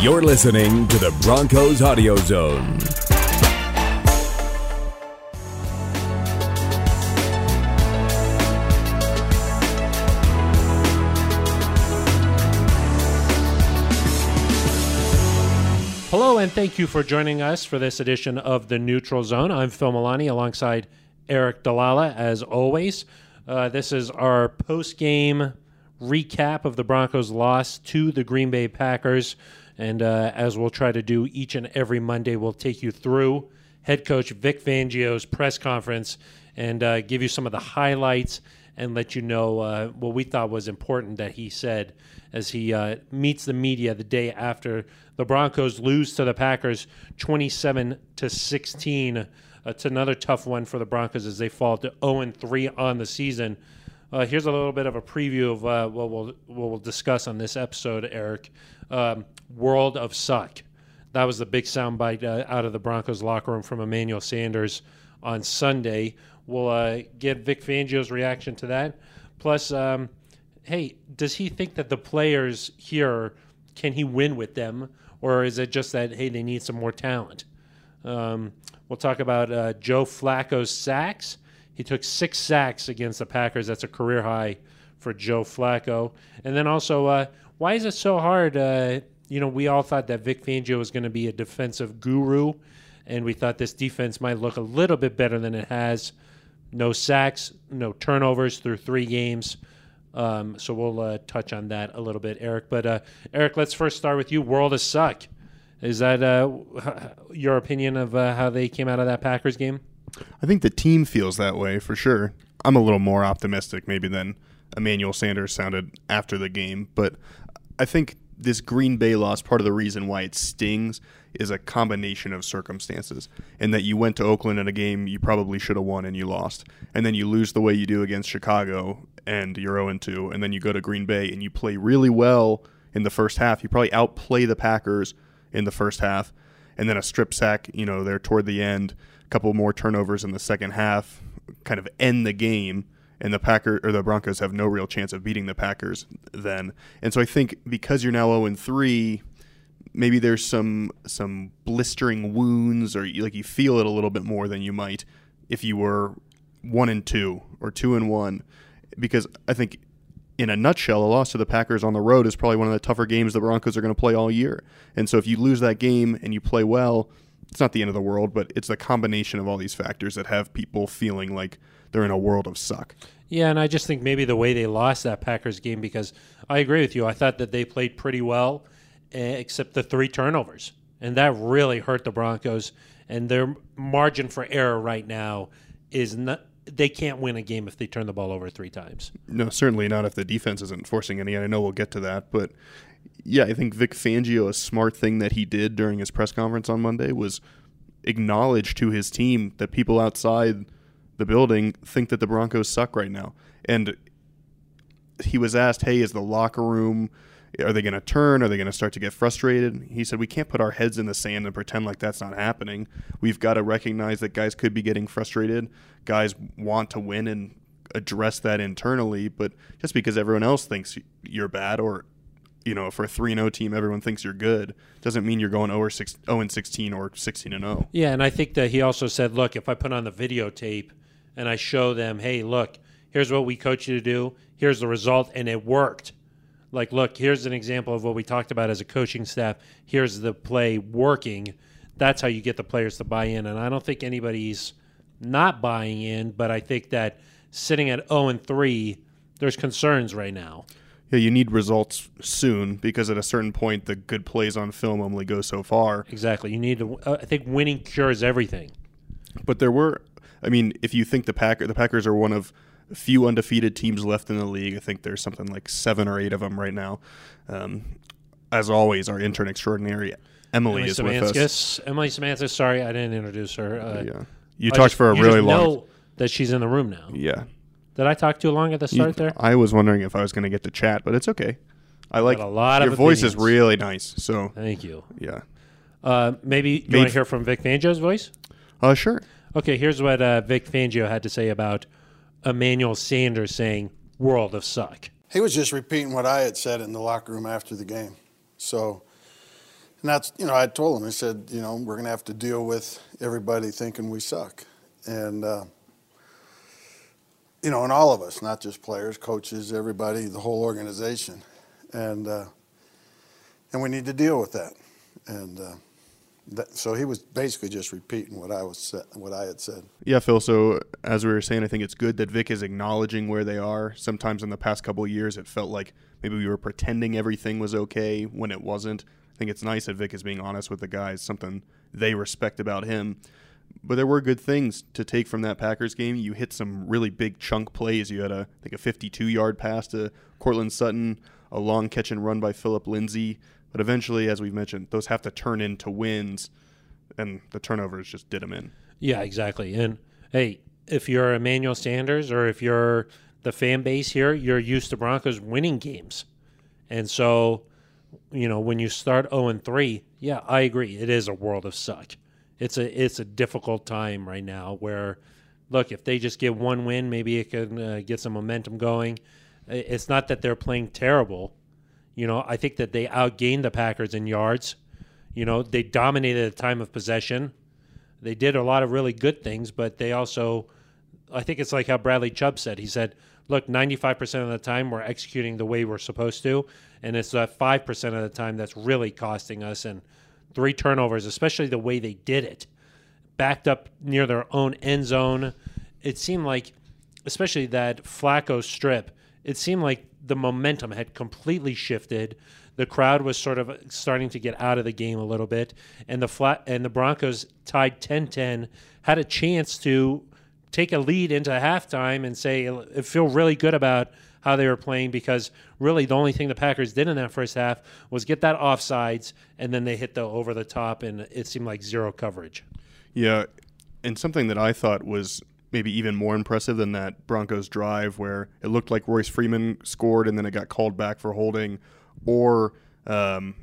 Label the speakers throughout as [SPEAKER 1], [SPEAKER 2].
[SPEAKER 1] You're listening to the Broncos Audio Zone.
[SPEAKER 2] Hello, and thank you for joining us for this edition of the Neutral Zone. I'm Phil Milani alongside Eric Dalala, as always. Uh, this is our post game recap of the Broncos' loss to the Green Bay Packers. And uh, as we'll try to do each and every Monday, we'll take you through head coach Vic Fangio's press conference and uh, give you some of the highlights and let you know uh, what we thought was important that he said as he uh, meets the media the day after the Broncos lose to the Packers 27 to 16. It's another tough one for the Broncos as they fall to 0 3 on the season. Uh, here's a little bit of a preview of uh, what we'll what we'll discuss on this episode, Eric. Um, World of Suck. That was the big soundbite uh, out of the Broncos locker room from Emmanuel Sanders on Sunday. We'll uh, get Vic Fangio's reaction to that. Plus, um, hey, does he think that the players here can he win with them, or is it just that hey they need some more talent? Um, we'll talk about uh, Joe Flacco's sacks. He took six sacks against the Packers. That's a career high for Joe Flacco. And then also, uh, why is it so hard? Uh, you know, we all thought that Vic Fangio was going to be a defensive guru, and we thought this defense might look a little bit better than it has. No sacks, no turnovers through three games. Um, so we'll uh, touch on that a little bit, Eric. But uh, Eric, let's first start with you. World of suck. Is that uh, your opinion of uh, how they came out of that Packers game?
[SPEAKER 3] I think the team feels that way for sure. I'm a little more optimistic maybe than Emmanuel Sanders sounded after the game, but I think this Green Bay loss, part of the reason why it stings is a combination of circumstances. And that you went to Oakland in a game you probably should have won and you lost. And then you lose the way you do against Chicago and you're 0 2. And then you go to Green Bay and you play really well in the first half. You probably outplay the Packers in the first half and then a strip sack, you know, there toward the end, a couple more turnovers in the second half, kind of end the game, and the Packer or the Broncos have no real chance of beating the Packers then. And so I think because you're now 0 and 3, maybe there's some some blistering wounds or you, like you feel it a little bit more than you might if you were 1 and 2 or 2 and 1 because I think in a nutshell, a loss to the Packers on the road is probably one of the tougher games the Broncos are going to play all year. And so if you lose that game and you play well, it's not the end of the world, but it's the combination of all these factors that have people feeling like they're in a world of suck.
[SPEAKER 2] Yeah, and I just think maybe the way they lost that Packers game because I agree with you. I thought that they played pretty well, eh, except the three turnovers, and that really hurt the Broncos. And their margin for error right now is not. They can't win a game if they turn the ball over three times.
[SPEAKER 3] No, certainly not if the defense isn't forcing any. And I know we'll get to that, but yeah, I think Vic Fangio, a smart thing that he did during his press conference on Monday was acknowledge to his team that people outside the building think that the Broncos suck right now. And he was asked, "Hey, is the locker room? Are they going to turn? Are they going to start to get frustrated?" He said, "We can't put our heads in the sand and pretend like that's not happening. We've got to recognize that guys could be getting frustrated. Guys want to win and address that internally. But just because everyone else thinks you're bad or you know, for a three and oh team, everyone thinks you're good. Doesn't mean you're going 0 or 6, 0 and 16 or 16 and oh. 0.
[SPEAKER 2] Yeah, and I think that he also said, look, if I put on the videotape and I show them, hey, look, here's what we coach you to do, here's the result, and it worked. Like, look, here's an example of what we talked about as a coaching staff. Here's the play working. That's how you get the players to buy in. And I don't think anybody's not buying in, but I think that sitting at 0 and 3, there's concerns right now.
[SPEAKER 3] Yeah, you need results soon because at a certain point, the good plays on film only go so far.
[SPEAKER 2] Exactly. You need to, uh, I think winning cures everything.
[SPEAKER 3] But there were, I mean, if you think the Packer, the Packers are one of few undefeated teams left in the league. I think there's something like seven or eight of them right now. Um, as always, our intern extraordinary Emily, is with us.
[SPEAKER 2] Samanskas. Emily Samantha, sorry, I didn't introduce her. Uh,
[SPEAKER 3] Yeah, you
[SPEAKER 2] I
[SPEAKER 3] talked
[SPEAKER 2] just-
[SPEAKER 3] for a
[SPEAKER 2] you
[SPEAKER 3] really
[SPEAKER 2] just
[SPEAKER 3] long.
[SPEAKER 2] know that she's in the room now.
[SPEAKER 3] Yeah,
[SPEAKER 2] Did I talk too long at the
[SPEAKER 3] You-
[SPEAKER 2] start there?
[SPEAKER 3] I was wondering if I was going to get to chat, but it's okay. I like
[SPEAKER 2] a lot of
[SPEAKER 3] your voice is
[SPEAKER 2] opinions.
[SPEAKER 3] really nice. So
[SPEAKER 2] Thank you.
[SPEAKER 3] yeah,
[SPEAKER 2] Uh, maybe you want
[SPEAKER 3] Made-
[SPEAKER 2] to hear from Vic Fangio's voice?
[SPEAKER 3] uh, sure.
[SPEAKER 2] Okay, here's what uh, Vic Fangio had to say about Emmanuel Sanders saying "world of suck."
[SPEAKER 4] He was just repeating what I had said in the locker room after the game. So And that's, you know, I told him, I said, you know, we're going to have to deal with everybody thinking we suck. And, uh, you know, and all of us, not just players, coaches, everybody, the whole organization. And, uh, and we need to deal with that. And uh, that, so he was basically just repeating what I was sa- what I had said.
[SPEAKER 3] Yeah, Phil. So as we were saying, I think it's good that Vic is acknowledging where they are. Sometimes in the past couple of years, it felt like maybe we were pretending everything was okay when it wasn't. I think it's nice that Vic is being honest with the guys. Something they respect about him. But there were good things to take from that Packers game. You hit some really big chunk plays. You had a I think a 52-yard pass to Cortland Sutton, a long catch and run by Philip Lindsay. But eventually, as we've mentioned, those have to turn into wins, and the turnovers just did them in.
[SPEAKER 2] Yeah, exactly. And hey, if you're Emmanuel Sanders or if you're the fan base here, you're used to Broncos winning games. And so, you know, when you start 0 and 3, yeah, I agree. It is a world of suck. It's a it's a difficult time right now where look, if they just get one win, maybe it can uh, get some momentum going. I- It's not that they're playing terrible. You know, I think that they outgained the Packers in yards. You know, they dominated the time of possession they did a lot of really good things, but they also, I think it's like how Bradley Chubb said. He said, "Look, 95% of the time we're executing the way we're supposed to, and it's that 5% of the time that's really costing us." And three turnovers, especially the way they did it, backed up near their own end zone. It seemed like, especially that Flacco strip, it seemed like the momentum had completely shifted. The crowd was sort of starting to get out of the game a little bit, and the flat and the Broncos tied 10-10, had a chance to take a lead into halftime and say it feel really good about how they were playing because really the only thing the Packers did in that first half was get that offsides and then they hit the over the top and it seemed like zero coverage.
[SPEAKER 3] Yeah, and something that I thought was maybe even more impressive than that Broncos drive where it looked like Royce Freeman scored and then it got called back for holding, or um,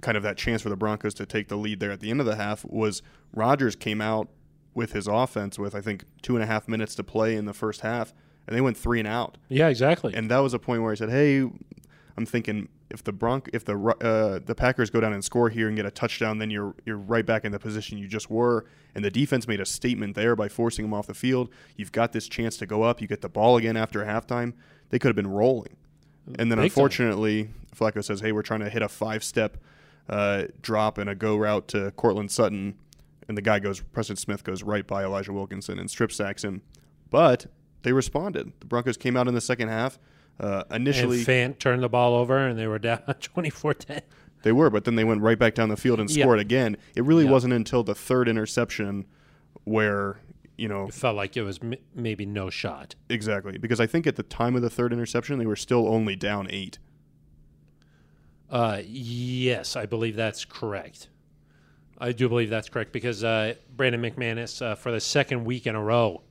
[SPEAKER 3] kind of that chance for the Broncos to take the lead there at the end of the half was Rodgers came out with his offense with I think two and a half minutes to play in the first half, and they went three and out.
[SPEAKER 2] Yeah, exactly.
[SPEAKER 3] And that was a point where I said, "Hey, I'm thinking if the Bronc, if the Ru- uh, the Packers go down and score here and get a touchdown, then you're you're right back in the position you just were." And the defense made a statement there by forcing them off the field. You've got this chance to go up. You get the ball again after halftime. They could have been rolling. And
[SPEAKER 2] Big
[SPEAKER 3] then
[SPEAKER 2] time.
[SPEAKER 3] unfortunately, Flacco says, "Hey, we're trying to hit a five-step uh, drop and a go route to Cortland Sutton." And the guy goes, Preston Smith goes right by Elijah Wilkinson and strip sacks him. But they responded. The Broncos came out in the second half. Uh,
[SPEAKER 2] and
[SPEAKER 3] initially,
[SPEAKER 2] Fant turned the ball over and they were down 24-10.
[SPEAKER 3] they were, but then they went right back down the field and
[SPEAKER 2] Yeah.
[SPEAKER 3] scored again. It really wasn't until the third interception where, you know,
[SPEAKER 2] Felt like it was m- maybe no shot.
[SPEAKER 3] exactly. Because I think at the time of the third interception, they were still only down eight.
[SPEAKER 2] Uh, yes, I believe that's correct. I do believe that's correct because uh, Brandon McManus, uh, for the second week in a row,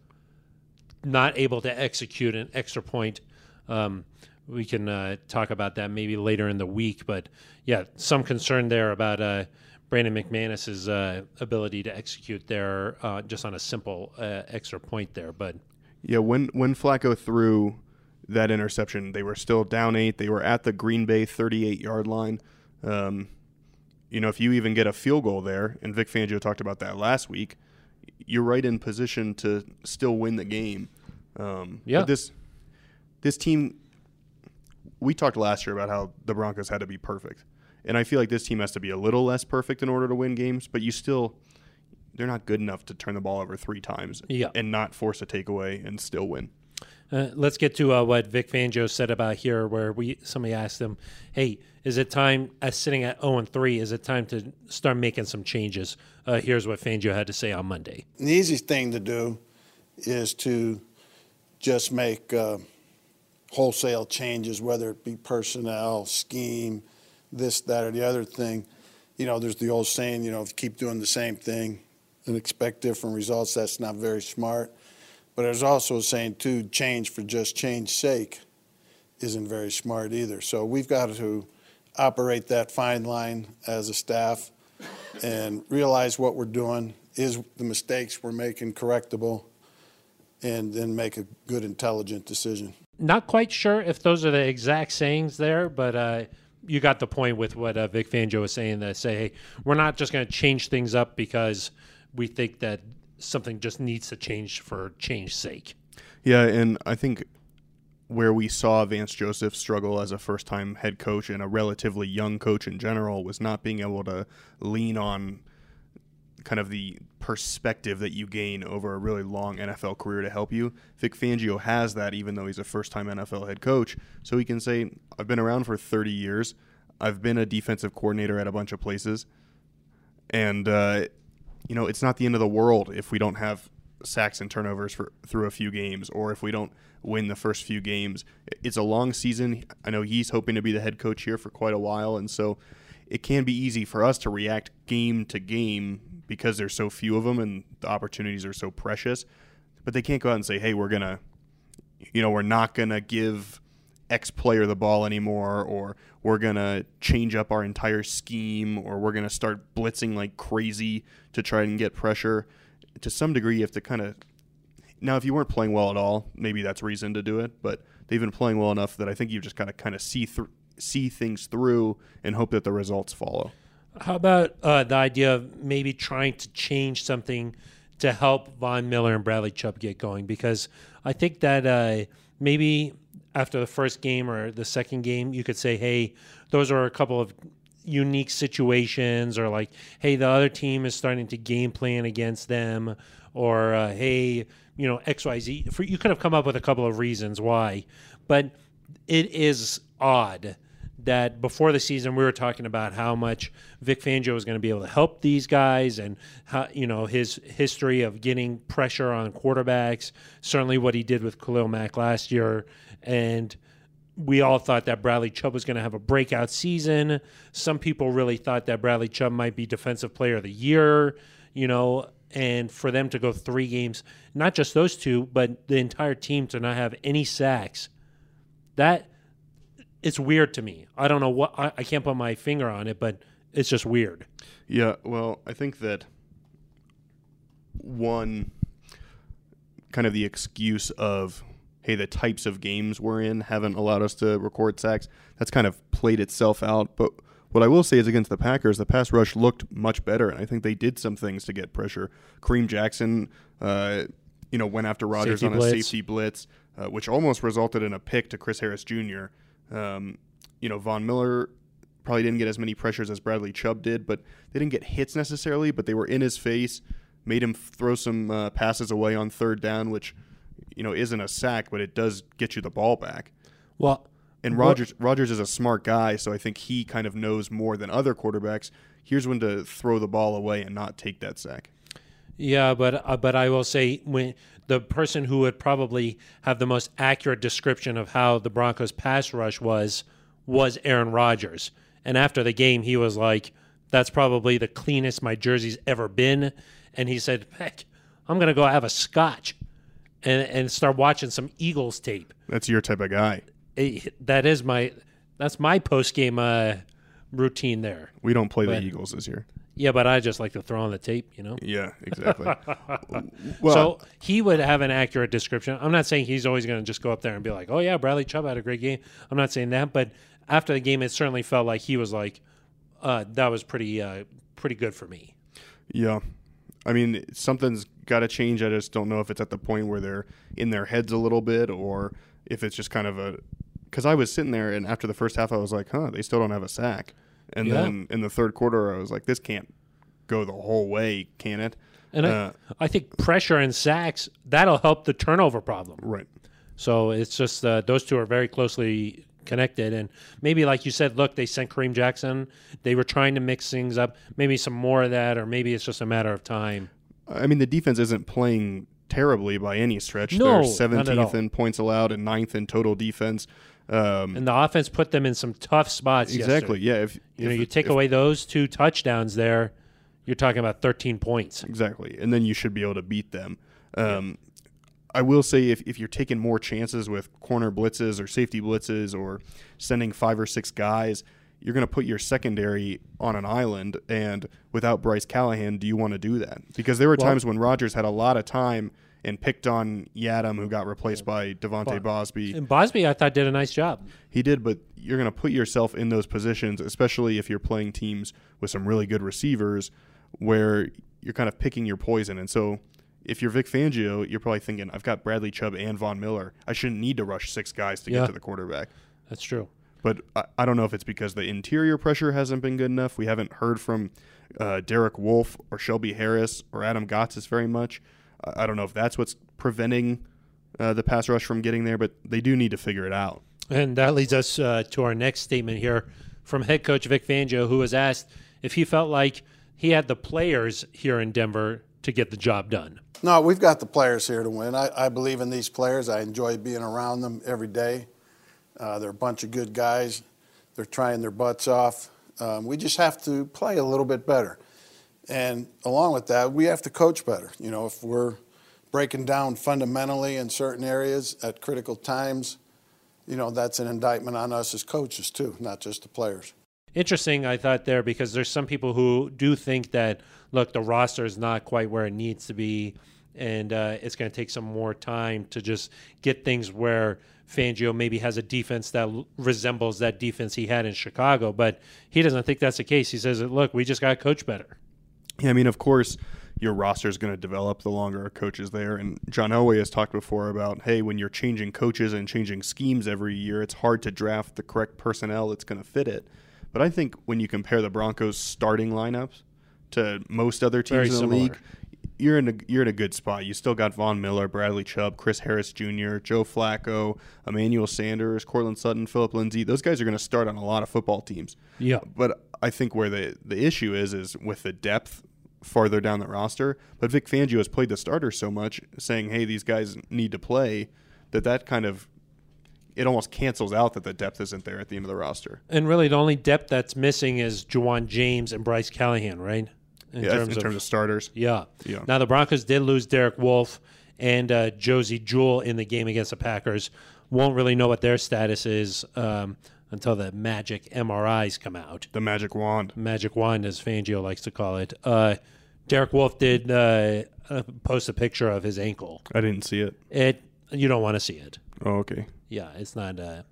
[SPEAKER 2] not able to execute an extra point. Um, we can uh, talk about that maybe later in the week, but yeah, some concern there about uh, Brandon McManus's uh, ability to execute there uh, just on a simple uh, extra point there. But
[SPEAKER 3] Yeah, when when Flacco threw that interception, they were still down eight. They were at the Green Bay 38 yard line. Um, you know, if you even get a field goal there, and Vic Fangio talked about that last week, you're right in position to still win the game. Um,
[SPEAKER 2] Yeah.
[SPEAKER 3] But this this team, we talked last year about how the Broncos had to be perfect, and I feel like this team has to be a little less perfect in order to win games. But you still, they're not good enough to turn the ball over three times
[SPEAKER 2] Yeah.
[SPEAKER 3] and not force a takeaway and still win.
[SPEAKER 2] Uh, let's get to uh, what Vic Fangio said about here, where we somebody asked him, "Hey, is it time? As sitting at zero and three, is it time to start making some changes?" Uh, here's what Fangio had to say on Monday.
[SPEAKER 4] And the easiest thing to do is to just make uh, wholesale changes, whether it be personnel, scheme, this, that, or the other thing. You know, there's the old saying, you know, if you keep doing the same thing and expect different results, that's not very smart. But there's also a saying, too, change for just change's sake isn't very smart either. So we've got to operate that fine line as a staff and realize what we're doing, is the mistakes we're making correctable, and then make a good, intelligent decision.
[SPEAKER 2] Not quite sure if those are the exact sayings there, but uh, you got the point with what uh, Vic Fangio was saying that say, hey, we're not just going to change things up because we think that something just needs to change for change's sake.
[SPEAKER 3] Yeah, and I think where we saw Vance Joseph struggle as a first time head coach and a relatively young coach in general was not being able to lean on kind of the perspective that you gain over a really long NFL career to help you. Vic Fangio has that even though he's a first time NFL head coach. So he can say, I've been around for 30 years, I've been a defensive coordinator at a bunch of places. And, uh, you know, it's not the end of the world if we don't have sacks and turnovers for through a few games or if we don't win the first few games. It's a long season. I know he's hoping to be the head coach here for quite a while and so it can be easy for us to react game to game because there's so few of them and the opportunities are so precious. But they can't go out and say, "Hey, we're going to you know, we're not going to give X player the ball anymore, or we're going to change up our entire scheme, or we're going to start blitzing like crazy to try and get pressure. To some degree, you have to kind of. Now, if you weren't playing well at all, maybe that's reason to do it, but they've been playing well enough that I think you've just got to kind of see through. See things through and hope that the results follow.
[SPEAKER 2] How about uh, the idea of maybe trying to change something to help Von Miller and Bradley Chubb get going? Because I think that uh, maybe after the first game or the second game, you could say, hey, those are a couple of unique situations, or like, hey, the other team is starting to game plan against them, or uh, hey, you know, XYZ. For, you could have come up with a couple of reasons why, but it is odd that before the season we were talking about how much Vic Fangio was going to be able to help these guys and how you know his history of getting pressure on quarterbacks, certainly what he did with Khalil Mack last year and we all thought that Bradley Chubb was going to have a breakout season. Some people really thought that Bradley Chubb might be defensive player of the year, you know, and for them to go 3 games, not just those two, but the entire team to not have any sacks. That it's weird to me. I don't know what I, I can't put my finger on it, but it's just weird.
[SPEAKER 3] Yeah, well, I think that one kind of the excuse of hey, the types of games we're in haven't allowed us to record sacks. That's kind of played itself out, but what I will say is against the Packers, the pass rush looked much better, and I think they did some things to get pressure. Kareem Jackson, uh, you know, went after Rodgers
[SPEAKER 2] Safety
[SPEAKER 3] on a
[SPEAKER 2] blitz.
[SPEAKER 3] safety blitz, uh, which almost resulted in a pick to Chris Harris Jr. Um, you know, Von Miller probably didn't get as many pressures as Bradley Chubb did, but they didn't get hits necessarily, but they were in his face, made him throw some uh, passes away on third down, which, you know, isn't a sack, but it does get you the ball back.
[SPEAKER 2] Well,
[SPEAKER 3] And Rogers Rogers is a smart guy, so I think he kind of knows more than other quarterbacks. Here's when to throw the ball away and not take that sack.
[SPEAKER 2] Yeah, but uh, but I will say when the person who would probably have the most accurate description of how the Broncos pass rush was was Aaron Rodgers. And after the game he was like that's probably the cleanest my jersey's ever been and he said, "Heck, I'm going to go have a scotch and and start watching some Eagles tape."
[SPEAKER 3] That's your type of guy.
[SPEAKER 2] It- that is my that's my post-game uh, routine there.
[SPEAKER 3] We don't play the Eagles this year.
[SPEAKER 2] Yeah, but I just like to throw on the tape, you know.
[SPEAKER 3] Yeah, exactly. well,
[SPEAKER 2] so he would have an accurate description. I'm not saying he's always going to just go up there and be like, "Oh yeah, Bradley Chubb had a great game." I'm not saying that, but after the game, it certainly felt like he was like, uh, "That was pretty, uh, pretty good for me."
[SPEAKER 3] yeah. I mean, something's got to change. I just don't know if it's at the point where they're in their heads a little bit or if it's just kind of a cuz I was sitting there and after the first half I was like, "Huh, they still don't have a sack." And
[SPEAKER 2] Yeah.
[SPEAKER 3] then in the third quarter I was like, "This can't go the whole way, can it?"
[SPEAKER 2] And
[SPEAKER 3] Uh,
[SPEAKER 2] I, I think pressure and sacks that'll help the turnover problem.
[SPEAKER 3] Right.
[SPEAKER 2] So it's just uh, those two are very closely connected. And maybe, like you said, look, they sent Kareem Jackson. They were trying to mix things up. Maybe some more of that, or maybe it's just a matter of time.
[SPEAKER 3] I mean, the defense isn't playing terribly by any stretch.
[SPEAKER 2] No,
[SPEAKER 3] They're
[SPEAKER 2] not at
[SPEAKER 3] 17th
[SPEAKER 2] all.
[SPEAKER 3] in points allowed and 9th in total defense. Um,
[SPEAKER 2] And the offense put them in some tough spots. yesterday.
[SPEAKER 3] exactly. Yeah. If,
[SPEAKER 2] You know,
[SPEAKER 3] if-
[SPEAKER 2] you take
[SPEAKER 3] if-
[SPEAKER 2] away those two touchdowns there, you're talking about 13 points.
[SPEAKER 3] Exactly. And then you should be able to beat them. Um, I will say if, if you're taking more chances with corner blitzes or safety blitzes or sending five or six guys, you're going to put your secondary on an island. And without Bryce Callahan, do you want to do that? Because there were times when Rodgers had a lot of time and picked on Yadam, who got replaced by Devontae Bosby.
[SPEAKER 2] And Bosby, I thought, did a nice job.
[SPEAKER 3] He did, but you're going to put yourself in those positions, especially if you're playing teams with some really good receivers where you're kind of picking your poison. And so if you're Vic Fangio, you're probably thinking, I've got Bradley Chubb and Von Miller. I shouldn't need to rush six guys to
[SPEAKER 2] Yeah.
[SPEAKER 3] get to the quarterback.
[SPEAKER 2] That's true.
[SPEAKER 3] But I, I don't know if it's because the interior pressure hasn't been good enough. We haven't heard from uh, Derek Wolf or Shelby Harris or Adam Gotsis very much. I, I don't know if that's what's preventing uh, the pass rush from getting there, but they do need to figure it out.
[SPEAKER 2] And that leads us uh, to our next statement here from head coach Vic Fangio, who was asked if he felt like he had the players here in Denver to get the job done.
[SPEAKER 4] No, we've got the players here to win. I, I believe in these players. I enjoy being around them every day. Uh, they're a bunch of good guys. They're trying their butts off. Um, we just have to play a little bit better. And along with that, we have to coach better. You know, if we're breaking down fundamentally in certain areas at critical times, you know, that's an indictment on us as coaches, too, not just the players.
[SPEAKER 2] Interesting, I thought there because there's some people who do think that look the roster is not quite where it needs to be, and uh, it's going to take some more time to just get things where Fangio maybe has a defense that l- resembles that defense he had in Chicago, but he doesn't think that's the case. He says, "Look, we just got to coach better."
[SPEAKER 3] Yeah, I mean, of course, your roster is going to develop the longer a coach is there. And John Elway has talked before about, hey, when you're changing coaches and changing schemes every year, it's hard to draft the correct personnel that's going to fit it. But I think when you compare the Broncos' starting lineups to most other teams
[SPEAKER 2] Very
[SPEAKER 3] in the
[SPEAKER 2] similar.
[SPEAKER 3] league, you're in a you're in a good spot. You still got Von Miller, Bradley Chubb, Chris Harris Jr., Joe Flacco, Emmanuel Sanders, Cortland Sutton, Philip Lindsay. Those guys are going to start on a lot of football teams.
[SPEAKER 2] Yeah.
[SPEAKER 3] But I think where the the issue is is with the depth farther down the roster. But Vic Fangio has played the starter so much, saying, "Hey, these guys need to play," that that kind of it almost cancels out that the depth isn't there at the end of the roster.
[SPEAKER 2] And really, the only depth that's missing is Juwan James and Bryce Callahan, right? In
[SPEAKER 3] Yeah, in terms of starters.
[SPEAKER 2] yeah.
[SPEAKER 3] Yeah.
[SPEAKER 2] Now the Broncos did lose Derek Wolf and uh, Josie Jewell in the game against the Packers. Won't really know what their status is um, until the magic MRIs come out.
[SPEAKER 3] The magic wand.
[SPEAKER 2] Magic wand, as Fangio likes to call it. Uh, Derek Wolf did uh, uh, post a picture of his ankle.
[SPEAKER 3] I didn't see it.
[SPEAKER 2] It you don't want to see it.
[SPEAKER 3] Oh, okay.
[SPEAKER 2] Yeah, it's not. Uh,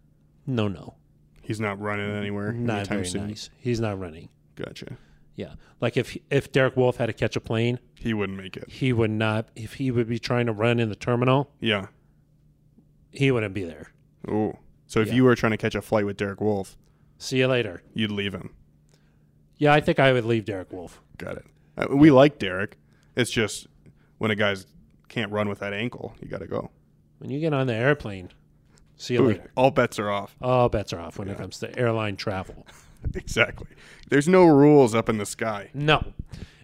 [SPEAKER 2] no, no,
[SPEAKER 3] He's not running anywhere
[SPEAKER 2] not
[SPEAKER 3] anytime
[SPEAKER 2] very
[SPEAKER 3] soon.
[SPEAKER 2] nice. He's not running.
[SPEAKER 3] Gotcha.
[SPEAKER 2] Yeah, like if if Derek Wolf had to catch a plane,
[SPEAKER 3] He wouldn't make it.
[SPEAKER 2] he would not. If he would be trying to run in the terminal,
[SPEAKER 3] Yeah.
[SPEAKER 2] he wouldn't be there.
[SPEAKER 3] Oh. So if you were trying to catch a flight with Derek Wolf,
[SPEAKER 2] See you later.
[SPEAKER 3] you'd leave him.
[SPEAKER 2] Yeah, I think I would leave Derek Wolf.
[SPEAKER 3] Got it. Uh, we like Derek. It's just when a guy's can't run with that ankle, you got to go.
[SPEAKER 2] When you get on the airplane, see you later.
[SPEAKER 3] All bets are off.
[SPEAKER 2] All bets are off when it comes to airline travel.
[SPEAKER 3] Exactly. There's no rules up in the sky.
[SPEAKER 2] No.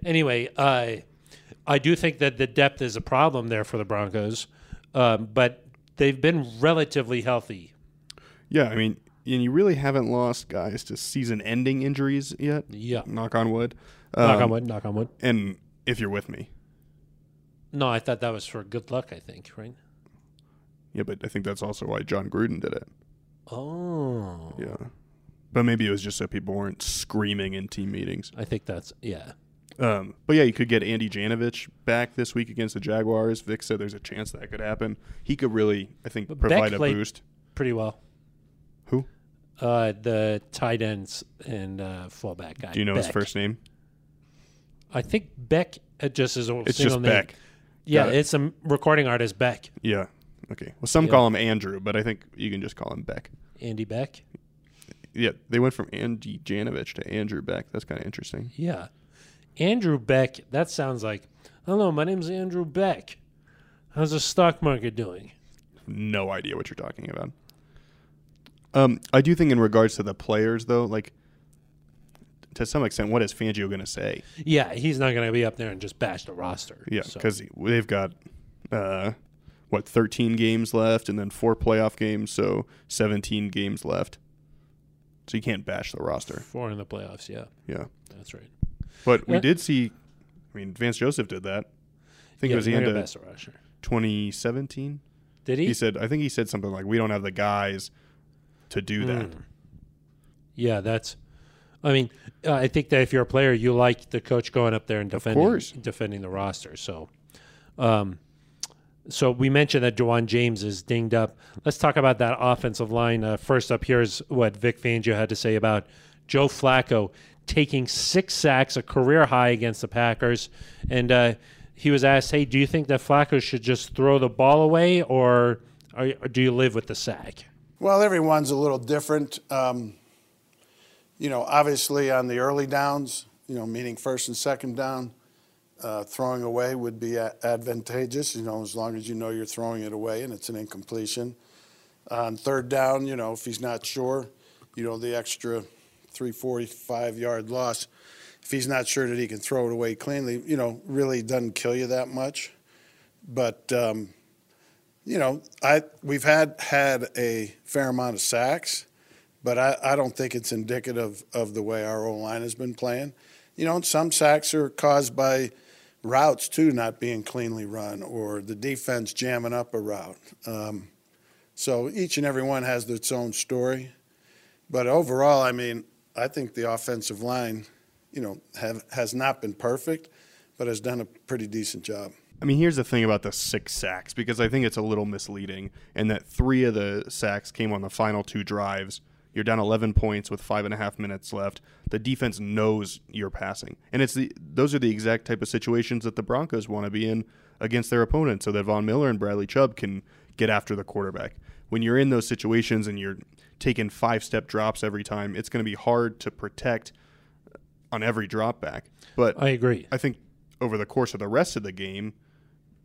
[SPEAKER 2] Anyway, I I do think that the depth is a problem there for the Broncos, um, but they've been relatively healthy.
[SPEAKER 3] Yeah, I mean, and you really haven't lost guys to season-ending injuries yet.
[SPEAKER 2] Yeah.
[SPEAKER 3] Knock on wood.
[SPEAKER 2] Knock
[SPEAKER 3] Um,
[SPEAKER 2] on wood. Knock on wood.
[SPEAKER 3] And if you're with me,
[SPEAKER 2] No, I thought that was for good luck. I think right.
[SPEAKER 3] yeah, but I think that's also why John Gruden did it.
[SPEAKER 2] Oh.
[SPEAKER 3] Yeah. But maybe it was just so people weren't screaming in team meetings.
[SPEAKER 2] I think that's yeah.
[SPEAKER 3] Um, but yeah, you could get Andy Janovich back this week against the Jaguars. Vic said there's a chance that could happen. He could really, I think,
[SPEAKER 2] Beck
[SPEAKER 3] provide a
[SPEAKER 2] played-
[SPEAKER 3] boost.
[SPEAKER 2] Pretty well.
[SPEAKER 3] Who?
[SPEAKER 2] Uh, the tight ends and uh, fullback guy.
[SPEAKER 3] Do you know his
[SPEAKER 2] Beck.
[SPEAKER 3] first name?
[SPEAKER 2] I think Beck uh, just is a
[SPEAKER 3] It's
[SPEAKER 2] single
[SPEAKER 3] just
[SPEAKER 2] name.
[SPEAKER 3] Beck.
[SPEAKER 2] Yeah,
[SPEAKER 3] Got it.
[SPEAKER 2] it's a m- recording artist Beck,
[SPEAKER 3] Yeah. Okay. Well, some
[SPEAKER 2] Yeah.
[SPEAKER 3] call him Andrew, but I think you can just call him Beck.
[SPEAKER 2] Andy Beck.
[SPEAKER 3] Yeah, they went from Andy Janovich to Andrew Beck. That's kind of interesting.
[SPEAKER 2] Yeah, Andrew Beck. That sounds like hello. My name's Andrew Beck. How's the stock market doing?
[SPEAKER 3] No idea what you're talking about. Um, I do think in regards to the players, though, like to some extent, what is Fangio going to say?
[SPEAKER 2] Yeah, he's not going to be up there and just bash the roster.
[SPEAKER 3] Yeah,
[SPEAKER 2] So-
[SPEAKER 3] because they've got uh, what thirteen games left, and then four playoff games, so seventeen games left. So you can't bash the roster.
[SPEAKER 2] four in the playoffs. Yeah,
[SPEAKER 3] Yeah,
[SPEAKER 2] that's right.
[SPEAKER 3] but we
[SPEAKER 2] Yeah.
[SPEAKER 3] did see. I mean, Vance Joseph did that. I think
[SPEAKER 2] yeah,
[SPEAKER 3] it was the
[SPEAKER 2] they're
[SPEAKER 3] end
[SPEAKER 2] gonna
[SPEAKER 3] of
[SPEAKER 2] bash the roster.
[SPEAKER 3] 2017.
[SPEAKER 2] Did
[SPEAKER 3] He said, I think he said something like, "We don't have the guys to do
[SPEAKER 2] Hmm.
[SPEAKER 3] that."
[SPEAKER 2] Yeah, that's. I mean, uh, I think that if you're a player, you like the coach going up there and defending
[SPEAKER 3] course.
[SPEAKER 2] defending the roster. So, um, So we mentioned that Jawan James is dinged up. Let's talk about that offensive line. Uh, first up, here's what Vic Fangio had to say about Joe Flacco taking six sacks, a career high against the Packers. And uh, he was asked, "Hey, do you think that Flacco should just throw the ball away, or, are, or do you live with the sack?"
[SPEAKER 4] Well, everyone's a little different. Um, you know, obviously on the early downs, you know, meaning first and second down, uh, throwing away would be a- advantageous, you know, as long as you know you're throwing it away and it's an incompletion. On third down, you know, if he's not sure, you know, the extra three, four, five yard loss, if he's not sure that he can throw it away cleanly, you know, really doesn't kill you that much. But, um, you know, I we've had had a fair amount of sacks, but I, I don't think it's indicative of the way our O line has been playing. You know, and some sacks are caused by routes too not being cleanly run or the defense jamming up a route. Um, so each and every one has its own story, but overall, I mean, I think the offensive line, you know, have, has not been perfect, but has done a pretty decent job.
[SPEAKER 3] I mean, here's the thing about the six sacks because I think it's a little misleading, and that three of the sacks came on the final two drives. You're down 11 points with five and a half minutes left. The defense knows you're passing, and it's the those are the exact type of situations that the Broncos want to be in against their opponent, so that Von Miller and Bradley Chubb can get after the quarterback. When you're in those situations and you're taking five step drops every time, it's going to be hard to protect on every drop back. But
[SPEAKER 2] I agree.
[SPEAKER 3] I think over the course of the rest of the game,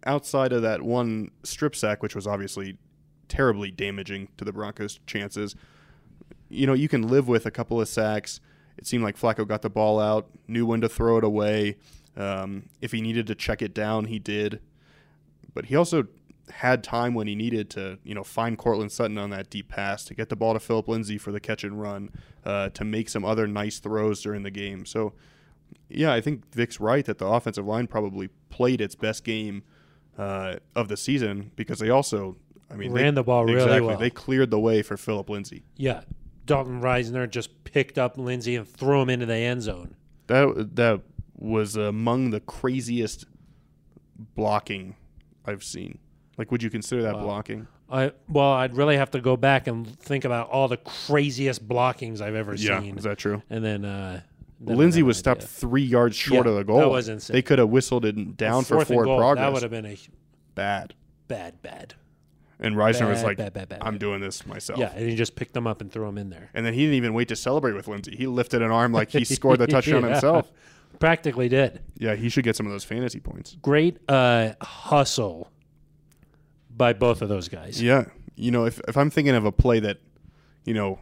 [SPEAKER 3] outside of that one strip sack, which was obviously terribly damaging to the Broncos' chances, you know, you can live with a couple of sacks. It seemed like Flacco got the ball out, knew when to throw it away. Um, if he needed to check it down, he did. But he also had time when he needed to, you know, find Cortland Sutton on that deep pass to get the ball to Philip Lindsay for the catch and run, uh, to make some other nice throws during the game. So, yeah, I think Vic's right that the offensive line probably played its best game uh, of the season because they also, I mean,
[SPEAKER 2] Ran
[SPEAKER 3] they,
[SPEAKER 2] the ball really
[SPEAKER 3] exactly,
[SPEAKER 2] well.
[SPEAKER 3] They cleared the way for Philip Lindsay.
[SPEAKER 2] Yeah, Dalton Reisner just picked up Lindsey and threw him into the end zone.
[SPEAKER 3] That that was among the craziest blocking I've seen. Like, would you consider that blocking?
[SPEAKER 2] I well, I'd really have to go back and think about all the craziest blockings I've ever seen.
[SPEAKER 3] is that true?
[SPEAKER 2] And then, uh, then I'd
[SPEAKER 3] Lindsay
[SPEAKER 2] have
[SPEAKER 3] was
[SPEAKER 2] an
[SPEAKER 3] stopped
[SPEAKER 2] idea.
[SPEAKER 3] three yards short
[SPEAKER 2] Yeah,
[SPEAKER 3] of the goal.
[SPEAKER 2] that was insane.
[SPEAKER 3] They could have whistled it down for
[SPEAKER 2] Fourth and
[SPEAKER 3] forward
[SPEAKER 2] goal, That
[SPEAKER 3] progress.
[SPEAKER 2] would have been a
[SPEAKER 3] bad.
[SPEAKER 2] bad, bad.
[SPEAKER 3] And Reisner was
[SPEAKER 2] Bad,
[SPEAKER 3] like,
[SPEAKER 2] bad, bad, bad,
[SPEAKER 3] "I'm
[SPEAKER 2] bad.
[SPEAKER 3] doing this myself."
[SPEAKER 2] Yeah, and he just picked them up and threw them in there.
[SPEAKER 3] And then he didn't even wait to celebrate with Lindsay. He lifted an arm like he scored the touchdown
[SPEAKER 2] Yeah.
[SPEAKER 3] himself.
[SPEAKER 2] Practically did.
[SPEAKER 3] Yeah, he should get some of those fantasy points.
[SPEAKER 2] Great uh, hustle by both of those guys.
[SPEAKER 3] Yeah. You know, if, if I'm thinking of a play that, you know,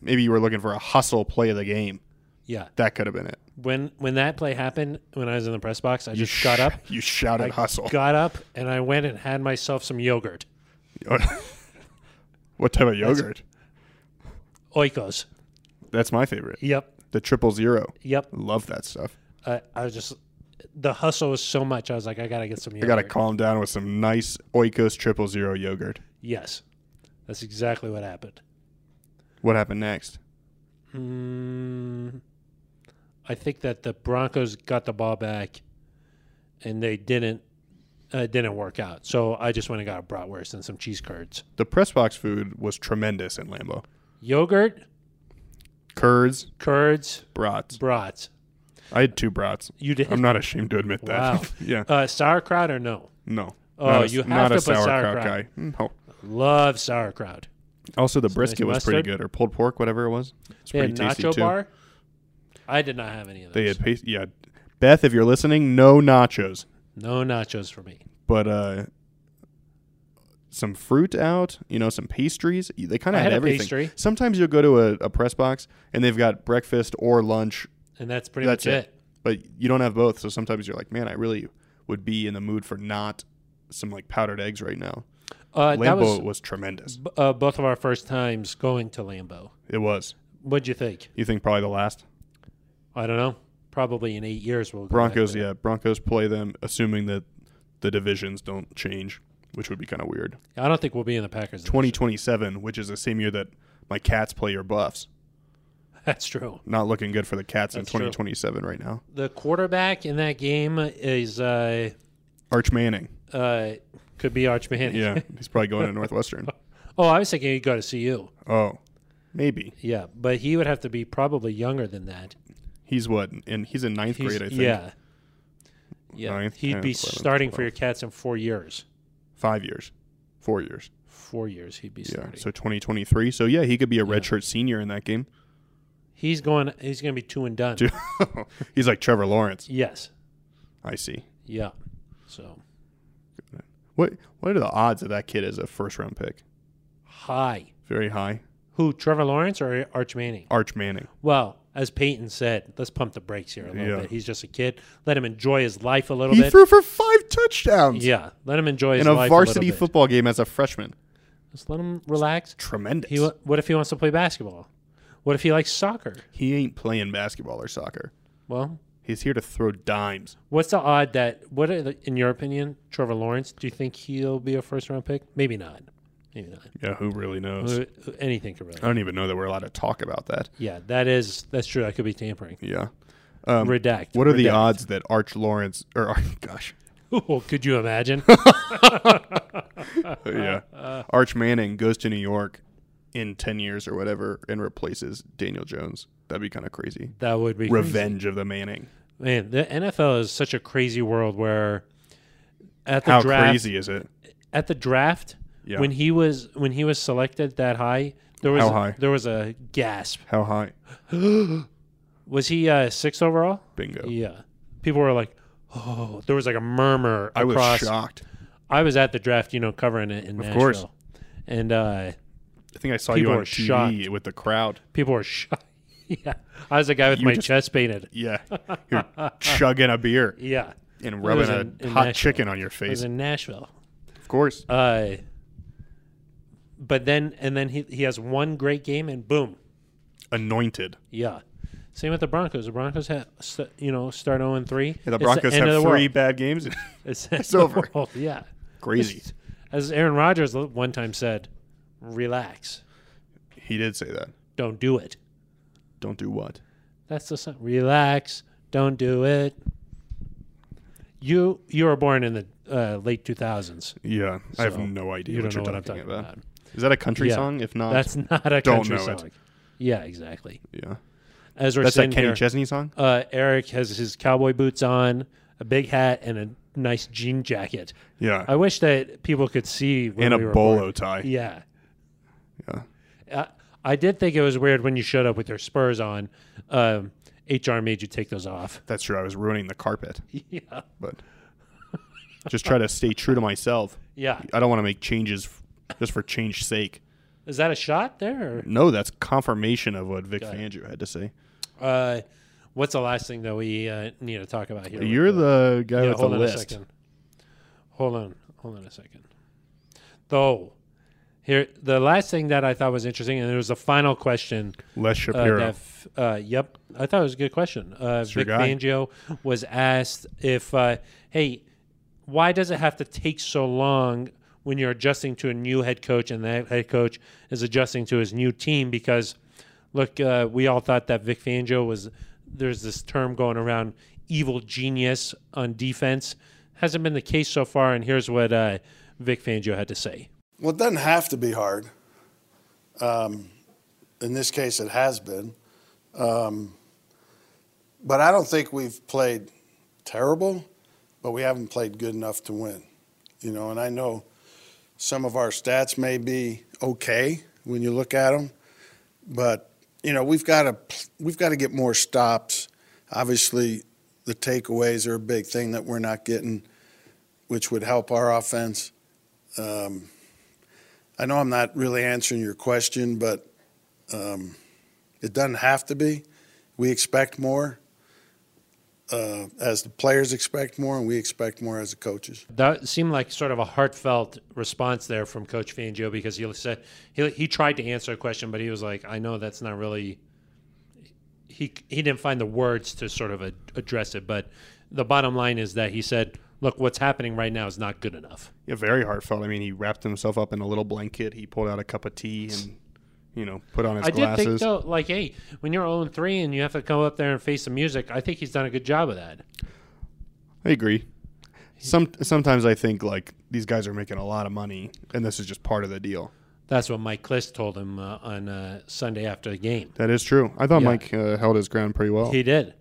[SPEAKER 3] maybe you were looking for a hustle play of the game,
[SPEAKER 2] Yeah.
[SPEAKER 3] that could have been it.
[SPEAKER 2] When when that play happened, when I was in the press box, I
[SPEAKER 3] You
[SPEAKER 2] just got
[SPEAKER 3] sh-
[SPEAKER 2] up.
[SPEAKER 3] You shouted hustle.
[SPEAKER 2] Got up and I went and had myself some yogurt.
[SPEAKER 3] what type of yogurt?
[SPEAKER 2] Oikos.
[SPEAKER 3] That's, my favorite.
[SPEAKER 2] Yep.
[SPEAKER 3] The triple zero.
[SPEAKER 2] Yep.
[SPEAKER 3] Love that stuff.
[SPEAKER 2] I I was just the hustle was so much. I was like, I gotta get some. Yogurt.
[SPEAKER 3] I got to calm down with some nice Oikos triple zero yogurt.
[SPEAKER 2] Yes, that's exactly what happened.
[SPEAKER 3] What happened next?
[SPEAKER 2] Mm, I think that the Broncos got the ball back, and they didn't. Uh, it didn't work out. So I just went and got a bratwurst and some cheese curds,
[SPEAKER 3] The press box food was tremendous in Lambeau.
[SPEAKER 2] yogurt,
[SPEAKER 3] Curds,
[SPEAKER 2] curds,
[SPEAKER 3] brats.
[SPEAKER 2] brats.
[SPEAKER 3] I had two brats.
[SPEAKER 2] You did.
[SPEAKER 3] I'm not ashamed to admit that.
[SPEAKER 2] Wow.
[SPEAKER 3] yeah.
[SPEAKER 2] uh, sauerkraut or no?
[SPEAKER 3] No.
[SPEAKER 2] Oh,
[SPEAKER 3] Not a-
[SPEAKER 2] you have
[SPEAKER 3] not
[SPEAKER 2] to
[SPEAKER 3] a
[SPEAKER 2] put sauerkraut.
[SPEAKER 3] guy. No.
[SPEAKER 2] Love sauerkraut.
[SPEAKER 3] Also, the brisket
[SPEAKER 2] nice
[SPEAKER 3] was pretty
[SPEAKER 2] mustard.
[SPEAKER 3] good, or pulled pork, whatever it was. It's
[SPEAKER 2] They
[SPEAKER 3] pretty
[SPEAKER 2] had
[SPEAKER 3] tasty
[SPEAKER 2] nacho
[SPEAKER 3] too.
[SPEAKER 2] bar. I did not have any of those.
[SPEAKER 3] They had paste. Yeah, Beth, if you're listening, no nachos,
[SPEAKER 2] no nachos for me.
[SPEAKER 3] but uh, some fruit out. You know, some pastries. They kind
[SPEAKER 2] I
[SPEAKER 3] of
[SPEAKER 2] had a
[SPEAKER 3] everything.
[SPEAKER 2] pastry.
[SPEAKER 3] Sometimes you'll go to a, a press box and they've got breakfast or lunch,
[SPEAKER 2] And that's pretty
[SPEAKER 3] That's
[SPEAKER 2] much
[SPEAKER 3] it.
[SPEAKER 2] it.
[SPEAKER 3] but you don't have both. So sometimes you're like, man, I really would be in the mood for not some like powdered eggs right now.
[SPEAKER 2] Uh, that
[SPEAKER 3] Lambo
[SPEAKER 2] was
[SPEAKER 3] was, tremendous.
[SPEAKER 2] b- uh, both of our first times going to Lambeau.
[SPEAKER 3] It was.
[SPEAKER 2] What'd you think?
[SPEAKER 3] You think probably the last
[SPEAKER 2] I don't know. Probably in eight years we'll go back
[SPEAKER 3] Broncos?
[SPEAKER 2] to
[SPEAKER 3] Yeah, Broncos play them, assuming that the divisions don't change, which would be kind of weird.
[SPEAKER 2] that. I don't think we'll be in the Packers. division.
[SPEAKER 3] 2027, which is the same year that my Cats play your Buffs.
[SPEAKER 2] That's true.
[SPEAKER 3] Not looking good for the Cats in
[SPEAKER 2] That's true.
[SPEAKER 3] 2027 right now.
[SPEAKER 2] The quarterback in that game is uh,
[SPEAKER 3] Arch Manning.
[SPEAKER 2] uh, Could be Arch Manning.
[SPEAKER 3] Yeah, he's probably going to Northwestern.
[SPEAKER 2] Oh, I was thinking he'd go to CU.
[SPEAKER 3] Oh, maybe
[SPEAKER 2] Yeah, but he would have to be probably younger than that.
[SPEAKER 3] he's what? And he's in ninth
[SPEAKER 2] He's-
[SPEAKER 3] grade, I think.
[SPEAKER 2] Yeah. Yeah.
[SPEAKER 3] Ninth,
[SPEAKER 2] He'd
[SPEAKER 3] tenth,
[SPEAKER 2] be
[SPEAKER 3] eleventh,
[SPEAKER 2] starting for your
[SPEAKER 3] twelfth.
[SPEAKER 2] Cats in four years.
[SPEAKER 3] Five years, four years.
[SPEAKER 2] Four years he'd be
[SPEAKER 3] Yeah,
[SPEAKER 2] starting.
[SPEAKER 3] so 2023. So yeah, he could be a redshirt senior in that game.
[SPEAKER 2] he's going he's gonna be two and done.
[SPEAKER 3] Dude, he's like Trevor Lawrence.
[SPEAKER 2] Yes.
[SPEAKER 3] I see.
[SPEAKER 2] Yeah. So
[SPEAKER 3] What What are the odds that that kid is a first round pick?
[SPEAKER 2] high.
[SPEAKER 3] Very high.
[SPEAKER 2] Who, Trevor Lawrence or Arch Manning?
[SPEAKER 3] Arch Manning.
[SPEAKER 2] Well, as Peyton said, let's pump the brakes here a little
[SPEAKER 3] Yeah.
[SPEAKER 2] bit. He's just a kid. Let him enjoy his life a little
[SPEAKER 3] He
[SPEAKER 2] bit.
[SPEAKER 3] threw for five touchdowns
[SPEAKER 2] yeah, let him enjoy his
[SPEAKER 3] in a
[SPEAKER 2] life
[SPEAKER 3] varsity
[SPEAKER 2] little bit.
[SPEAKER 3] football game as a freshman.
[SPEAKER 2] Just let him relax.
[SPEAKER 3] Tremendous.
[SPEAKER 2] He, wa- what if he wants to play basketball? What if he likes soccer?
[SPEAKER 3] he ain't playing basketball or soccer.
[SPEAKER 2] Well,
[SPEAKER 3] He's here to throw dimes.
[SPEAKER 2] What's the odd that what are the, in your opinion, Trevor Lawrence? Do you think he'll be a first round pick? Maybe not. Maybe not.
[SPEAKER 3] Yeah, who really knows?
[SPEAKER 2] Who- who- Anything could really.
[SPEAKER 3] I don't even know that we're allowed to talk about that.
[SPEAKER 2] Yeah, that is that's true. I could be tampering.
[SPEAKER 3] Yeah.
[SPEAKER 2] Redact.
[SPEAKER 3] Um, What are the
[SPEAKER 2] redact.
[SPEAKER 3] odds that Arch Lawrence or Arch, gosh,
[SPEAKER 2] Well, could you imagine? Uh,
[SPEAKER 3] yeah, Arch Manning goes to New York in ten years or whatever and replaces Daniel Jones? That'd be kind of crazy.
[SPEAKER 2] that would be crazy.
[SPEAKER 3] Revenge of the Manning.
[SPEAKER 2] Man, the NFL is such a crazy world where at the
[SPEAKER 3] How
[SPEAKER 2] draft
[SPEAKER 3] crazy is it?
[SPEAKER 2] at the draft
[SPEAKER 3] Yeah.
[SPEAKER 2] when he was when he was selected that high there was
[SPEAKER 3] How high?
[SPEAKER 2] there was a gasp.
[SPEAKER 3] How high?
[SPEAKER 2] Was he uh, sixth overall?
[SPEAKER 3] Bingo.
[SPEAKER 2] Yeah. People were like, oh, there was like a murmur
[SPEAKER 3] I was
[SPEAKER 2] across.
[SPEAKER 3] shocked.
[SPEAKER 2] I was at the draft, you know, covering it in Nashville.
[SPEAKER 3] course.
[SPEAKER 2] And uh,
[SPEAKER 3] I think I saw
[SPEAKER 2] People
[SPEAKER 3] you on
[SPEAKER 2] are
[SPEAKER 3] TV
[SPEAKER 2] shocked.
[SPEAKER 3] with the crowd.
[SPEAKER 2] people were shocked. yeah. I was the guy with
[SPEAKER 3] You
[SPEAKER 2] my
[SPEAKER 3] just-
[SPEAKER 2] chest painted.
[SPEAKER 3] Yeah, you're chugging a beer
[SPEAKER 2] Yeah.
[SPEAKER 3] and
[SPEAKER 2] was
[SPEAKER 3] rubbing
[SPEAKER 2] in-
[SPEAKER 3] a
[SPEAKER 2] in
[SPEAKER 3] hot
[SPEAKER 2] Nashville.
[SPEAKER 3] chicken on your
[SPEAKER 2] I was
[SPEAKER 3] face.
[SPEAKER 2] in Nashville.
[SPEAKER 3] Of course.
[SPEAKER 2] Uh, but then, and then he, he has one great game and boom.
[SPEAKER 3] Anointed.
[SPEAKER 2] Yeah. Same with the Broncos. The Broncos have, st- you know, start 0 and 3.
[SPEAKER 3] Yeah, the Broncos have three bad games.
[SPEAKER 2] It's,
[SPEAKER 3] It's over.
[SPEAKER 2] Oh, yeah.
[SPEAKER 3] Crazy.
[SPEAKER 2] As Aaron Rodgers l- one time said, relax,
[SPEAKER 3] He did say that.
[SPEAKER 2] don't do it.
[SPEAKER 3] Don't do what?
[SPEAKER 2] That's the song. Relax, don't do it. You you were born in the uh, late 2000s.
[SPEAKER 3] Yeah, I have
[SPEAKER 2] So,
[SPEAKER 3] no idea
[SPEAKER 2] you
[SPEAKER 3] what
[SPEAKER 2] don't know
[SPEAKER 3] you're
[SPEAKER 2] what I'm
[SPEAKER 3] talking,
[SPEAKER 2] talking
[SPEAKER 3] about.
[SPEAKER 2] about.
[SPEAKER 3] Is that a country
[SPEAKER 2] Yeah.
[SPEAKER 3] song? If not,
[SPEAKER 2] That's not a
[SPEAKER 3] Don't
[SPEAKER 2] country
[SPEAKER 3] know it.
[SPEAKER 2] song. Yeah, exactly.
[SPEAKER 3] yeah.
[SPEAKER 2] As we're
[SPEAKER 3] That's that
[SPEAKER 2] sitting
[SPEAKER 3] Kenny
[SPEAKER 2] here,
[SPEAKER 3] Chesney song.
[SPEAKER 2] uh, Eric has his cowboy boots on, a big hat, and a nice jean jacket.
[SPEAKER 3] Yeah,
[SPEAKER 2] I wish that people could see when
[SPEAKER 3] and
[SPEAKER 2] we
[SPEAKER 3] a
[SPEAKER 2] were
[SPEAKER 3] bolo
[SPEAKER 2] born.
[SPEAKER 3] tie.
[SPEAKER 2] Yeah.
[SPEAKER 3] Yeah.
[SPEAKER 2] I, I did think it was weird when you showed up with your Spurs on. Um, HR made you take those off.
[SPEAKER 3] That's true. I was ruining the carpet,
[SPEAKER 2] Yeah.
[SPEAKER 3] but just try to stay true to myself.
[SPEAKER 2] Yeah.
[SPEAKER 3] I don't want to make changes f- just for change's sake.
[SPEAKER 2] Is that a shot there?
[SPEAKER 3] No, that's confirmation of what Vic
[SPEAKER 2] Got it.
[SPEAKER 3] Fangio had to say.
[SPEAKER 2] Or, uh, what's the last thing that we uh, need to talk about here?
[SPEAKER 3] You're the guy
[SPEAKER 2] yeah,
[SPEAKER 3] with the
[SPEAKER 2] hold on a
[SPEAKER 3] list.
[SPEAKER 2] second. Hold on, hold on a second. Though, here the last thing that I thought was interesting, and it was the final question.
[SPEAKER 3] Les
[SPEAKER 2] Uh,
[SPEAKER 3] Shapiro.
[SPEAKER 2] that f- uh, yep, I thought it was a good question. Uh,
[SPEAKER 3] your
[SPEAKER 2] Vic
[SPEAKER 3] guy.
[SPEAKER 2] Fangio was asked if, uh, hey, why does it have to take so long when you're adjusting to a new head coach and that head coach is adjusting to his new team? Because, look, uh, we all thought that Vic Fangio was, there's this term going around, evil genius on defense. Hasn't been the case so far, and here's what uh, Vic Fangio had to say.
[SPEAKER 4] Well, it doesn't have to be hard. Um, in this case, it has been. Um, but I don't think we've played terrible, but we haven't played good enough to win. You know, and I know some of our stats may be okay when you look at them, but you know we've got to we've got to get more stops. Obviously, the takeaways are a big thing that we're not getting, which would help our offense. Um, I know I'm not really answering your question, but um, it doesn't have to be. We expect more uh, as the players expect more, and we expect more as the coaches.
[SPEAKER 2] That seemed like sort of a heartfelt response there from Coach Fangio because he said he, he tried to answer a question, but he was like, "I know that's not really." He he didn't find the words to sort of a, address it, but the bottom line is that he said, "Look, what's happening right now is not good enough."
[SPEAKER 3] Yeah, very heartfelt. I mean, he wrapped himself up in a little blanket. He pulled out a cup of tea and, you know, put on his
[SPEAKER 2] I
[SPEAKER 3] glasses.
[SPEAKER 2] did think though, like, hey, when you're 0 three and you have to come up there and face the music, I think he's done a good job of that.
[SPEAKER 3] I agree. Some sometimes I think like these guys are making a lot of money, and this is just part of the deal.
[SPEAKER 2] That's what Mike Kliss told him uh, on uh, Sunday after the game.
[SPEAKER 3] That is true. I thought
[SPEAKER 2] Yeah.
[SPEAKER 3] Mike uh, held his ground pretty well.
[SPEAKER 2] He did.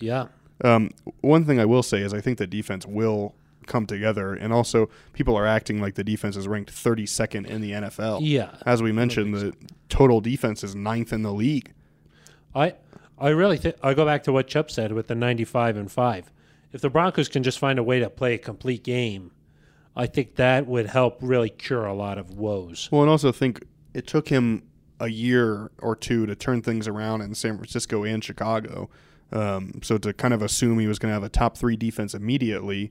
[SPEAKER 2] Yeah.
[SPEAKER 3] Um, one thing I will say is I think the defense will come together, and also people are acting like the defense is ranked 32nd in the NFL.
[SPEAKER 2] Yeah.
[SPEAKER 3] as we mentioned, the total defense is ninth in the league.
[SPEAKER 2] I I really think I go back to what Chubb said with the 95 and 5. If the Broncos can just find a way to play a complete game, I think that would help really cure a lot of woes.
[SPEAKER 3] Well, and also think it took him a year or two to turn things around in San Francisco and Chicago. Um, so to kind of assume he was going to have a top three defense immediately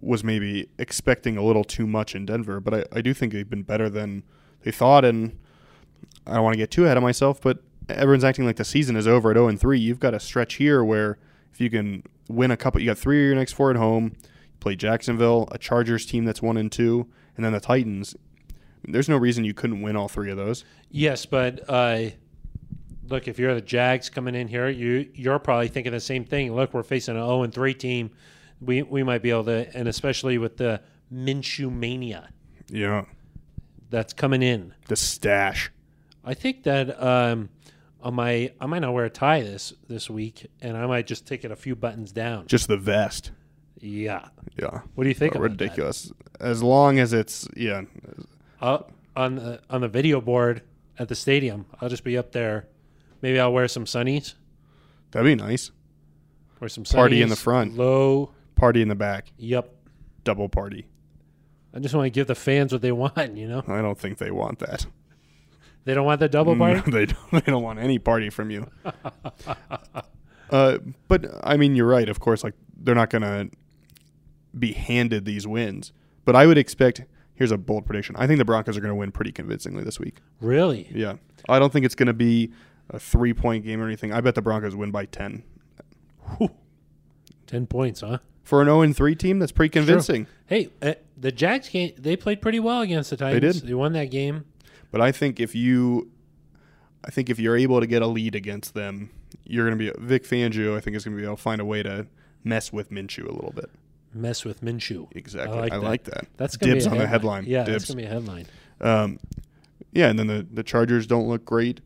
[SPEAKER 3] was maybe expecting a little too much in Denver. But I, I do think they've been better than they thought. And I don't want to get too ahead of myself, but everyone's acting like the season is over at 0 and 3. You've got a stretch here where if you can win a couple, you got three of your next four at home. You play Jacksonville, a Chargers team that's 1 and 2, and then the Titans. There's no reason you couldn't win all three of those.
[SPEAKER 2] Yes, but uh, look, if you're the Jags coming in here, you you're probably thinking the same thing. Look, we're facing an 0 and 3 team. We we might be able to, and especially with the Minshew mania
[SPEAKER 3] Yeah.
[SPEAKER 2] that's coming in.
[SPEAKER 3] The stash.
[SPEAKER 2] I think that um, on my I might not wear a tie this this week, and I might just take it a few buttons down.
[SPEAKER 3] Just the vest.
[SPEAKER 2] Yeah.
[SPEAKER 3] Yeah.
[SPEAKER 2] What do you think? about that?
[SPEAKER 3] Ridiculous. As long as it's, yeah.
[SPEAKER 2] Uh, on the on the video board at the stadium, I'll just be up there. Maybe I'll wear some sunnies
[SPEAKER 3] That'd be nice.
[SPEAKER 2] or some sunnies.
[SPEAKER 3] Party in the front.
[SPEAKER 2] Low.
[SPEAKER 3] Party in the back.
[SPEAKER 2] Yep.
[SPEAKER 3] Double party.
[SPEAKER 2] I just want to give the fans what they want. You know,
[SPEAKER 3] I don't think they want that.
[SPEAKER 2] they don't want the double party.
[SPEAKER 3] No, they don't. They don't want any party from you. uh, but I mean, you're right. Of course, like they're not going to be handed these wins. But I would expect. Here's a bold prediction. I think the Broncos are going to win pretty convincingly this week.
[SPEAKER 2] Really?
[SPEAKER 3] Yeah, I don't think it's going to be a three point game or anything. I bet the Broncos win by ten.
[SPEAKER 2] Ten points, huh?
[SPEAKER 3] For an 0 and 3 team, that's pretty convincing.
[SPEAKER 2] Hey, uh, the Jags game, they played pretty well against the Titans.
[SPEAKER 3] did.
[SPEAKER 2] They won that game.
[SPEAKER 3] But I think if you, I think if you're able to get a lead against them, you're going to be Vic Fangio. I think is going to be able to find a way to mess with Minshew a little bit.
[SPEAKER 2] Mess with Minshew.
[SPEAKER 3] Exactly. I like that.
[SPEAKER 2] That's gonna
[SPEAKER 3] dibs
[SPEAKER 2] be a
[SPEAKER 3] on the headline.
[SPEAKER 2] Yeah,
[SPEAKER 3] dibs.
[SPEAKER 2] that's gonna be a headline.
[SPEAKER 3] um, yeah, and then the the Chargers don't look great,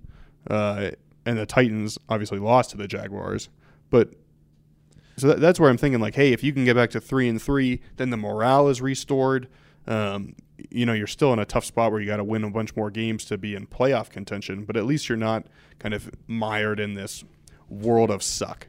[SPEAKER 3] uh, and the Titans obviously lost to the Jaguars, but. So that, that's where I'm thinking, like, hey, if you can get back to three and three, then the morale is restored. Um, you know, you're still in a tough spot where you got to win a bunch more games to be in playoff contention, but at least you're not kind of mired in this world of suck.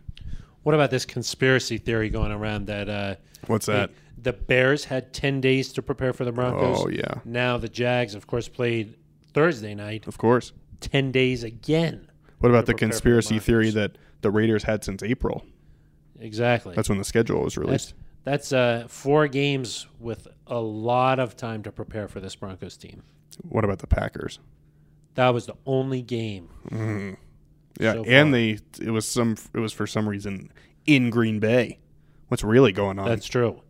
[SPEAKER 2] What about this conspiracy theory going around that uh,
[SPEAKER 3] What's that?
[SPEAKER 2] the Bears had ten days to prepare for the Broncos?
[SPEAKER 3] Oh, yeah.
[SPEAKER 2] Now the Jags, of course, played Thursday night.
[SPEAKER 3] Of course.
[SPEAKER 2] Ten days again.
[SPEAKER 3] What about
[SPEAKER 2] prepare for the
[SPEAKER 3] the conspiracy
[SPEAKER 2] Broncos.
[SPEAKER 3] theory that the Raiders had since April?
[SPEAKER 2] Exactly.
[SPEAKER 3] That's when the schedule was released.
[SPEAKER 2] that's, that's uh, four games with a lot of time to prepare for this Broncos team.
[SPEAKER 3] What about the Packers?
[SPEAKER 2] That was the only game.
[SPEAKER 3] Yeah,
[SPEAKER 2] so
[SPEAKER 3] and
[SPEAKER 2] far.
[SPEAKER 3] they it was some it was for some reason in Green Bay. What's really going on?
[SPEAKER 2] That's true.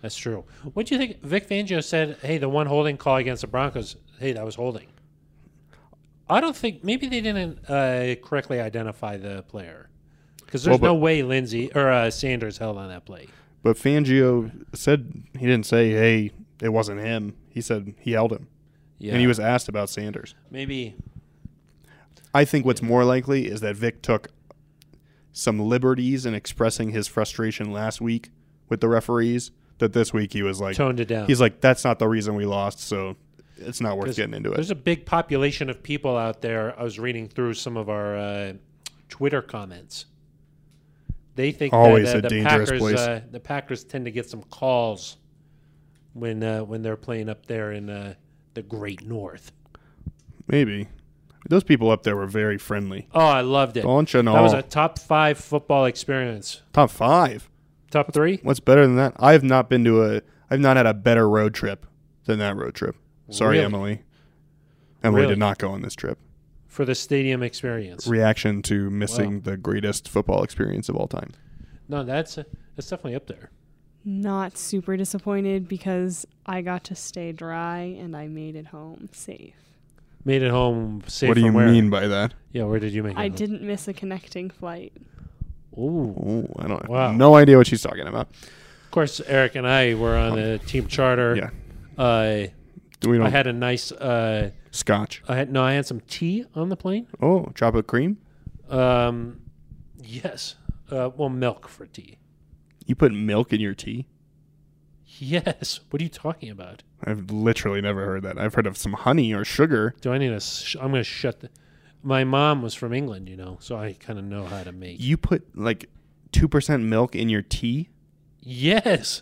[SPEAKER 2] That's true. What do you think? Vic Fangio said, "Hey, the one holding call against the Broncos. Hey, that was holding." I don't think maybe they didn't uh, correctly identify the player because there's
[SPEAKER 3] Well, but-
[SPEAKER 2] no way Lindsey or uh, Sanders held on that play.
[SPEAKER 3] but Fangio said he didn't say, "Hey, it wasn't him." He said he held him,
[SPEAKER 2] Yeah,
[SPEAKER 3] and he was asked about Sanders.
[SPEAKER 2] maybe
[SPEAKER 3] I think what's more likely is that Vic took some liberties in expressing his frustration last week with the referees. That this week he was like
[SPEAKER 2] toned it down.
[SPEAKER 3] He's like, "That's not the reason we lost," so it's not worth getting into it.
[SPEAKER 2] There's a big population of people out there. I was reading through some of our uh, Twitter comments. They think
[SPEAKER 3] Always
[SPEAKER 2] that, uh,
[SPEAKER 3] a
[SPEAKER 2] the
[SPEAKER 3] dangerous
[SPEAKER 2] Packers,
[SPEAKER 3] place.
[SPEAKER 2] Uh, the Packers tend to get some calls when uh, when they're playing up there in uh, the Great North.
[SPEAKER 3] Maybe those people up there were very friendly.
[SPEAKER 2] Oh, I loved it.
[SPEAKER 3] Don't you
[SPEAKER 2] That was
[SPEAKER 3] know?
[SPEAKER 2] a top five football experience.
[SPEAKER 3] Top five.
[SPEAKER 2] Top three?
[SPEAKER 3] What's better than that? I've not been to a I've not had a better road trip than that road trip. Sorry,
[SPEAKER 2] Really?
[SPEAKER 3] Emily. Emily
[SPEAKER 2] Really?
[SPEAKER 3] did not go on this trip.
[SPEAKER 2] for the stadium experience.
[SPEAKER 3] Reaction to missing the greatest football experience of all time.
[SPEAKER 2] no, that's uh, that's definitely up there.
[SPEAKER 5] Not super disappointed because I got to stay dry and I made it home safe.
[SPEAKER 2] Made it home safe.
[SPEAKER 3] what do
[SPEAKER 2] from
[SPEAKER 3] you
[SPEAKER 2] where?
[SPEAKER 3] mean by that?
[SPEAKER 2] Yeah, where did you make it?
[SPEAKER 5] I
[SPEAKER 2] home?
[SPEAKER 5] didn't miss a connecting flight.
[SPEAKER 2] Ooh,
[SPEAKER 3] Ooh, I don't
[SPEAKER 2] Wow.
[SPEAKER 3] no idea what she's talking about.
[SPEAKER 2] Of course, Eric and I were on the team charter.
[SPEAKER 3] Oh. yeah.
[SPEAKER 2] Uh,
[SPEAKER 3] Do we
[SPEAKER 2] I
[SPEAKER 3] don't
[SPEAKER 2] had a nice. Uh,
[SPEAKER 3] scotch?
[SPEAKER 2] I had no. I had some tea on the plane.
[SPEAKER 3] Oh, chocolate cream.
[SPEAKER 2] Um, yes. Uh, well, milk for tea.
[SPEAKER 3] You put milk in your tea?
[SPEAKER 2] Yes. What are you talking about?
[SPEAKER 3] I've literally never heard that. I've heard of some honey or sugar.
[SPEAKER 2] Do I need to? Sh- I'm going to shut. The- My mom was from England, you know, so I kind of know how to make.
[SPEAKER 3] You put like two percent milk in your tea?
[SPEAKER 2] Yes.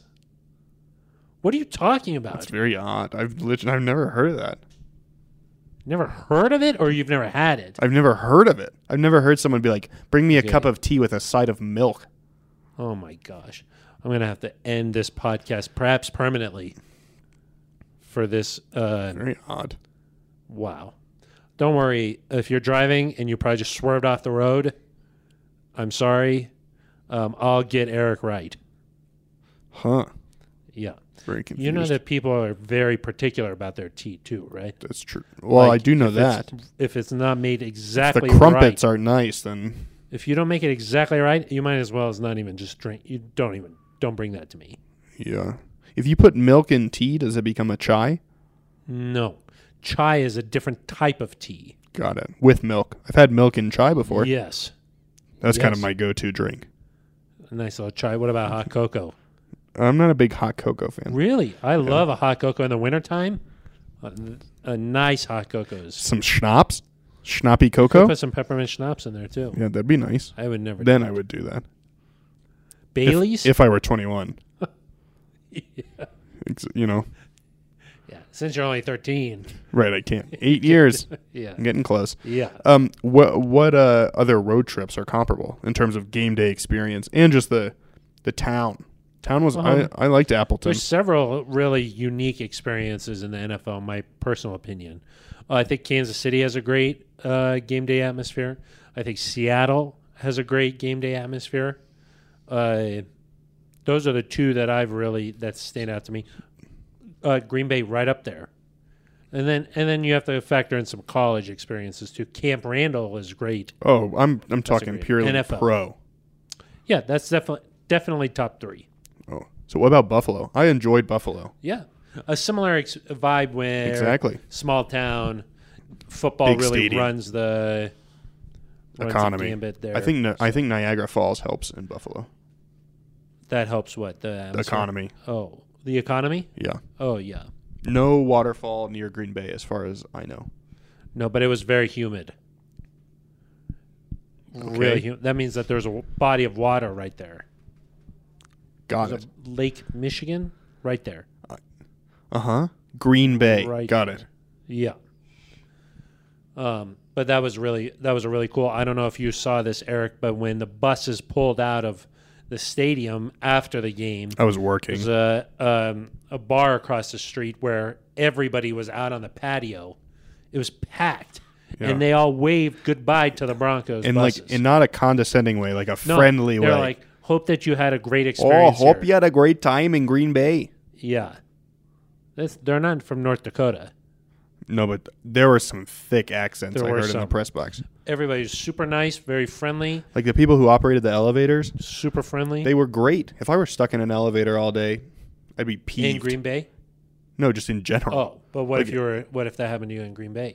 [SPEAKER 2] What are you talking
[SPEAKER 3] That's
[SPEAKER 2] about?
[SPEAKER 3] very odd. I've literally I've never heard of that.
[SPEAKER 2] Never heard of it, or you've never had it?
[SPEAKER 3] I've never heard of it. I've never heard someone be like, "Bring me a cup of tea with a side of milk."
[SPEAKER 2] Oh my gosh. I'm going to have to end this podcast perhaps permanently for this. Uh,
[SPEAKER 3] Very odd.
[SPEAKER 2] wow. Don't worry. If you're driving and you probably just swerved off the road, I'm sorry. Um, I'll get Eric right.
[SPEAKER 3] Huh?
[SPEAKER 2] Yeah.
[SPEAKER 3] Very confused.
[SPEAKER 2] You know that people are very particular about their tea, too, right?
[SPEAKER 3] That's true. Well, I
[SPEAKER 2] Like,
[SPEAKER 3] do know
[SPEAKER 2] if it's-
[SPEAKER 3] that.
[SPEAKER 2] If it's not made exactly
[SPEAKER 3] If the crumpets
[SPEAKER 2] right,
[SPEAKER 3] aren't nice, then
[SPEAKER 2] if you don't make it exactly right, you might as well as not even just drink. You don't even, don't bring that to me.
[SPEAKER 3] yeah. If you put milk in tea, does it become a chai?
[SPEAKER 2] No. Chai is a different type of tea.
[SPEAKER 3] Got it. With milk. I've had milk in chai before.
[SPEAKER 2] Yes.
[SPEAKER 3] That's kind of
[SPEAKER 2] yes.
[SPEAKER 3] my go-to drink.
[SPEAKER 2] A nice little chai. What about hot cocoa?
[SPEAKER 3] I'm not a big hot cocoa fan.
[SPEAKER 2] Really? I love a hot cocoa in the wintertime. A, a nice hot cocoa. is-
[SPEAKER 3] Some schnapps, schnappy cocoa.
[SPEAKER 2] Put some peppermint schnapps in there too.
[SPEAKER 3] Yeah, that'd be nice.
[SPEAKER 2] I would never.
[SPEAKER 3] Then I would do that. If-
[SPEAKER 2] Bailey's?
[SPEAKER 3] If, I were 21. Ex- You know,
[SPEAKER 2] yeah. Since you're only 13.
[SPEAKER 3] right? I can't. Eight years.
[SPEAKER 2] Yeah.
[SPEAKER 3] I'm getting close.
[SPEAKER 2] Yeah.
[SPEAKER 3] Um, what what uh, other road trips are comparable in terms of game day experience and just the the town? Town was
[SPEAKER 2] Um,
[SPEAKER 3] I, I liked Appleton.
[SPEAKER 2] There's several really unique experiences in the NFL, in my personal opinion. Uh, I think Kansas City has a great uh, game day atmosphere. I think Seattle has a great game day atmosphere. Uh, those are the two that I've really that stand out to me. Uh, Green Bay right up there, and then and then you have to factor in some college experiences too. Camp Randall is great.
[SPEAKER 3] Oh, I'm I'm talking
[SPEAKER 2] great.
[SPEAKER 3] purely
[SPEAKER 2] NFL.
[SPEAKER 3] pro.
[SPEAKER 2] Yeah, that's definitely definitely top three.
[SPEAKER 3] Oh, so what about Buffalo? I enjoyed Buffalo.
[SPEAKER 2] Yeah, a similar ex- vibe where
[SPEAKER 3] Exactly.
[SPEAKER 2] small town football
[SPEAKER 3] Big
[SPEAKER 2] really
[SPEAKER 3] stadium.
[SPEAKER 2] runs the runs the
[SPEAKER 3] Economy.
[SPEAKER 2] gambit there.
[SPEAKER 3] I think Ni- I think Niagara Falls helps in Buffalo.
[SPEAKER 2] that helps. What the
[SPEAKER 3] The
[SPEAKER 2] atmosphere?
[SPEAKER 3] economy.
[SPEAKER 2] Oh, the economy.
[SPEAKER 3] Yeah.
[SPEAKER 2] Oh yeah,
[SPEAKER 3] No waterfall near Green Bay, as far as I know.
[SPEAKER 2] no, but it was very humid. Really,
[SPEAKER 3] Okay.
[SPEAKER 2] humid. that means that there's a w- body of water right there.
[SPEAKER 3] Got
[SPEAKER 2] There's
[SPEAKER 3] it.
[SPEAKER 2] a Lake Michigan right there.
[SPEAKER 3] Uh huh. Green Bay.
[SPEAKER 2] Right
[SPEAKER 3] Got
[SPEAKER 2] there.
[SPEAKER 3] it.
[SPEAKER 2] Yeah. Um, but that was really that was a really cool. I don't know if you saw this, Eric, but when the buses pulled out of the stadium after the game,
[SPEAKER 3] I was working.
[SPEAKER 2] there's a um, a bar across the street where everybody was out on the patio. It was packed,
[SPEAKER 3] Yeah.
[SPEAKER 2] and they all waved goodbye to the Broncos.
[SPEAKER 3] and like
[SPEAKER 2] buses.
[SPEAKER 3] in not a condescending way, like a
[SPEAKER 2] No,
[SPEAKER 3] friendly way.
[SPEAKER 2] they're like, "Hope that you had a great
[SPEAKER 3] oh,
[SPEAKER 2] experience."
[SPEAKER 3] hope you
[SPEAKER 2] here."
[SPEAKER 3] had a great time in Green Bay.
[SPEAKER 2] Yeah, That's, they're not from North Dakota.
[SPEAKER 3] No, but there were some thick accents
[SPEAKER 2] There
[SPEAKER 3] I
[SPEAKER 2] were
[SPEAKER 3] heard in the
[SPEAKER 2] some.
[SPEAKER 3] press box.
[SPEAKER 2] Everybody's super nice, very friendly,
[SPEAKER 3] Like the people who operated the elevators,
[SPEAKER 2] super friendly.
[SPEAKER 3] they were great. If I were stuck in an elevator all day, I'd be peeved.
[SPEAKER 2] in Green Bay.
[SPEAKER 3] No, just in general.
[SPEAKER 2] Oh, but what if
[SPEAKER 3] Like-
[SPEAKER 2] you were? What if that happened to you in Green Bay?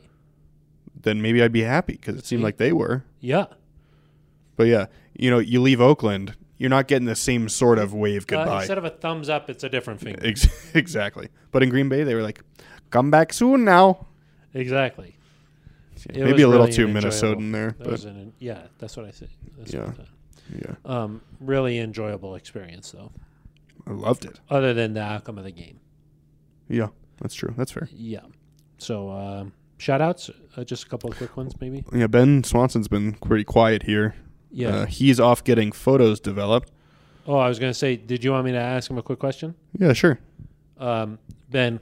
[SPEAKER 3] Then maybe I'd be happy because it
[SPEAKER 2] Mm-hmm.
[SPEAKER 3] seemed like they were.
[SPEAKER 2] Yeah, Uh,
[SPEAKER 3] But yeah, you know, you leave Oakland, you're not getting the same sort of wave
[SPEAKER 2] Uh,
[SPEAKER 3] goodbye.
[SPEAKER 2] instead of a thumbs up, it's a different finger.
[SPEAKER 3] Ex- exactly. But in Green Bay, they were like, "Come back soon now."
[SPEAKER 2] Exactly. It was
[SPEAKER 3] maybe a little
[SPEAKER 2] really
[SPEAKER 3] too
[SPEAKER 2] an enjoyable-
[SPEAKER 3] Minnesotan there,
[SPEAKER 2] that was
[SPEAKER 3] but
[SPEAKER 2] an- yeah, that's what I said. That's
[SPEAKER 3] Yeah.
[SPEAKER 2] what I thought.
[SPEAKER 3] yeah,
[SPEAKER 2] um, really enjoyable experience though.
[SPEAKER 3] I loved it.
[SPEAKER 2] Other than the outcome of the game,
[SPEAKER 3] Yeah, that's true. That's fair.
[SPEAKER 2] yeah. So um, shout outs, uh, just a couple of quick ones maybe.
[SPEAKER 3] Yeah, Ben Swanson's been pretty quiet here.
[SPEAKER 2] Yeah.
[SPEAKER 3] Uh, he's off getting photos developed.
[SPEAKER 2] oh, I was gonna say, did you want me to ask him a quick question,
[SPEAKER 3] Yeah, sure.
[SPEAKER 2] um, Ben?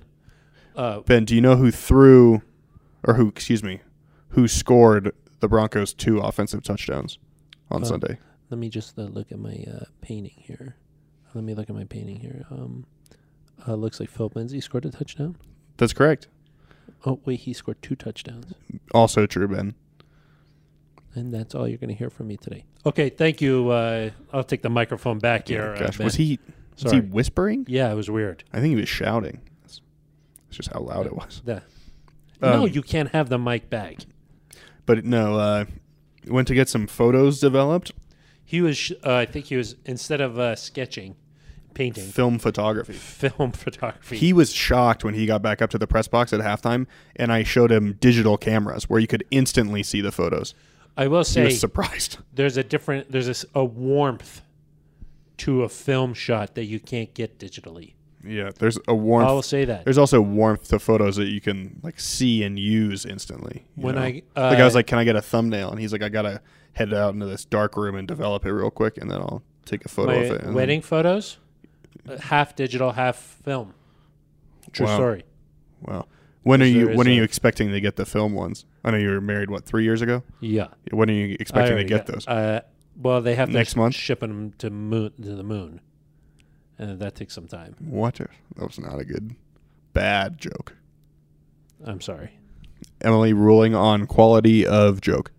[SPEAKER 2] Uh,
[SPEAKER 3] Ben, do you know who threw, or who, excuse me, who scored the Broncos' two offensive touchdowns on Sunday?
[SPEAKER 2] let me just uh, look at my uh, painting here. Let me look at my painting here. Um, uh, looks like Phil Lindsay scored a touchdown.
[SPEAKER 3] That's correct.
[SPEAKER 2] Oh wait, he scored two touchdowns,
[SPEAKER 3] Also true, Ben.
[SPEAKER 2] and that's all you're going to hear from me today. Okay, thank you. Uh, I'll take the microphone back here. uh,
[SPEAKER 3] Gosh,
[SPEAKER 2] Ben.
[SPEAKER 3] was he Was
[SPEAKER 2] Sorry.
[SPEAKER 3] he whispering?
[SPEAKER 2] yeah, it was weird.
[SPEAKER 3] I think he was shouting. That's, that's just how loud it was.
[SPEAKER 2] The, no,
[SPEAKER 3] Um,
[SPEAKER 2] you can't have the mic back.
[SPEAKER 3] But no, uh, went to get some photos developed.
[SPEAKER 2] He was, sh- uh, I think he was, instead of uh, sketching, painting,
[SPEAKER 3] Film photography.
[SPEAKER 2] film photography.
[SPEAKER 3] He was shocked when he got back up to the press box at halftime, and I showed him digital cameras where you could instantly see the photos.
[SPEAKER 2] I will
[SPEAKER 3] He
[SPEAKER 2] say,
[SPEAKER 3] was surprised.
[SPEAKER 2] there's a different, there's a s a a warmth to a film shot that you can't get digitally.
[SPEAKER 3] Yeah, there's a warmth.
[SPEAKER 2] I'll say that.
[SPEAKER 3] There's also warmth to photos that you can like see and use instantly. you
[SPEAKER 2] When
[SPEAKER 3] know?
[SPEAKER 2] I,
[SPEAKER 3] like, I
[SPEAKER 2] uh,
[SPEAKER 3] was like, "Can I get a thumbnail?" And he's like, "I gotta head out into this dark room and develop it real quick, and then I'll take a photo of it."
[SPEAKER 2] My
[SPEAKER 3] and then-
[SPEAKER 2] wedding photos, uh, half digital, half film. True
[SPEAKER 3] Wow.
[SPEAKER 2] story.
[SPEAKER 3] Wow. When are you?
[SPEAKER 2] there is
[SPEAKER 3] When are
[SPEAKER 2] a-
[SPEAKER 3] you expecting to get the film ones? I know you were married what three years ago.
[SPEAKER 2] Yeah.
[SPEAKER 3] When are you
[SPEAKER 2] I
[SPEAKER 3] expecting to
[SPEAKER 2] already
[SPEAKER 3] get
[SPEAKER 2] got-
[SPEAKER 3] those?
[SPEAKER 2] Uh, well, they have to
[SPEAKER 3] Next
[SPEAKER 2] sh-
[SPEAKER 3] month?
[SPEAKER 2] shipping them to moon to the moon, and that takes some time.
[SPEAKER 3] what? That was not a good, bad joke.
[SPEAKER 2] I'm sorry.
[SPEAKER 3] Emily ruling on quality of joke.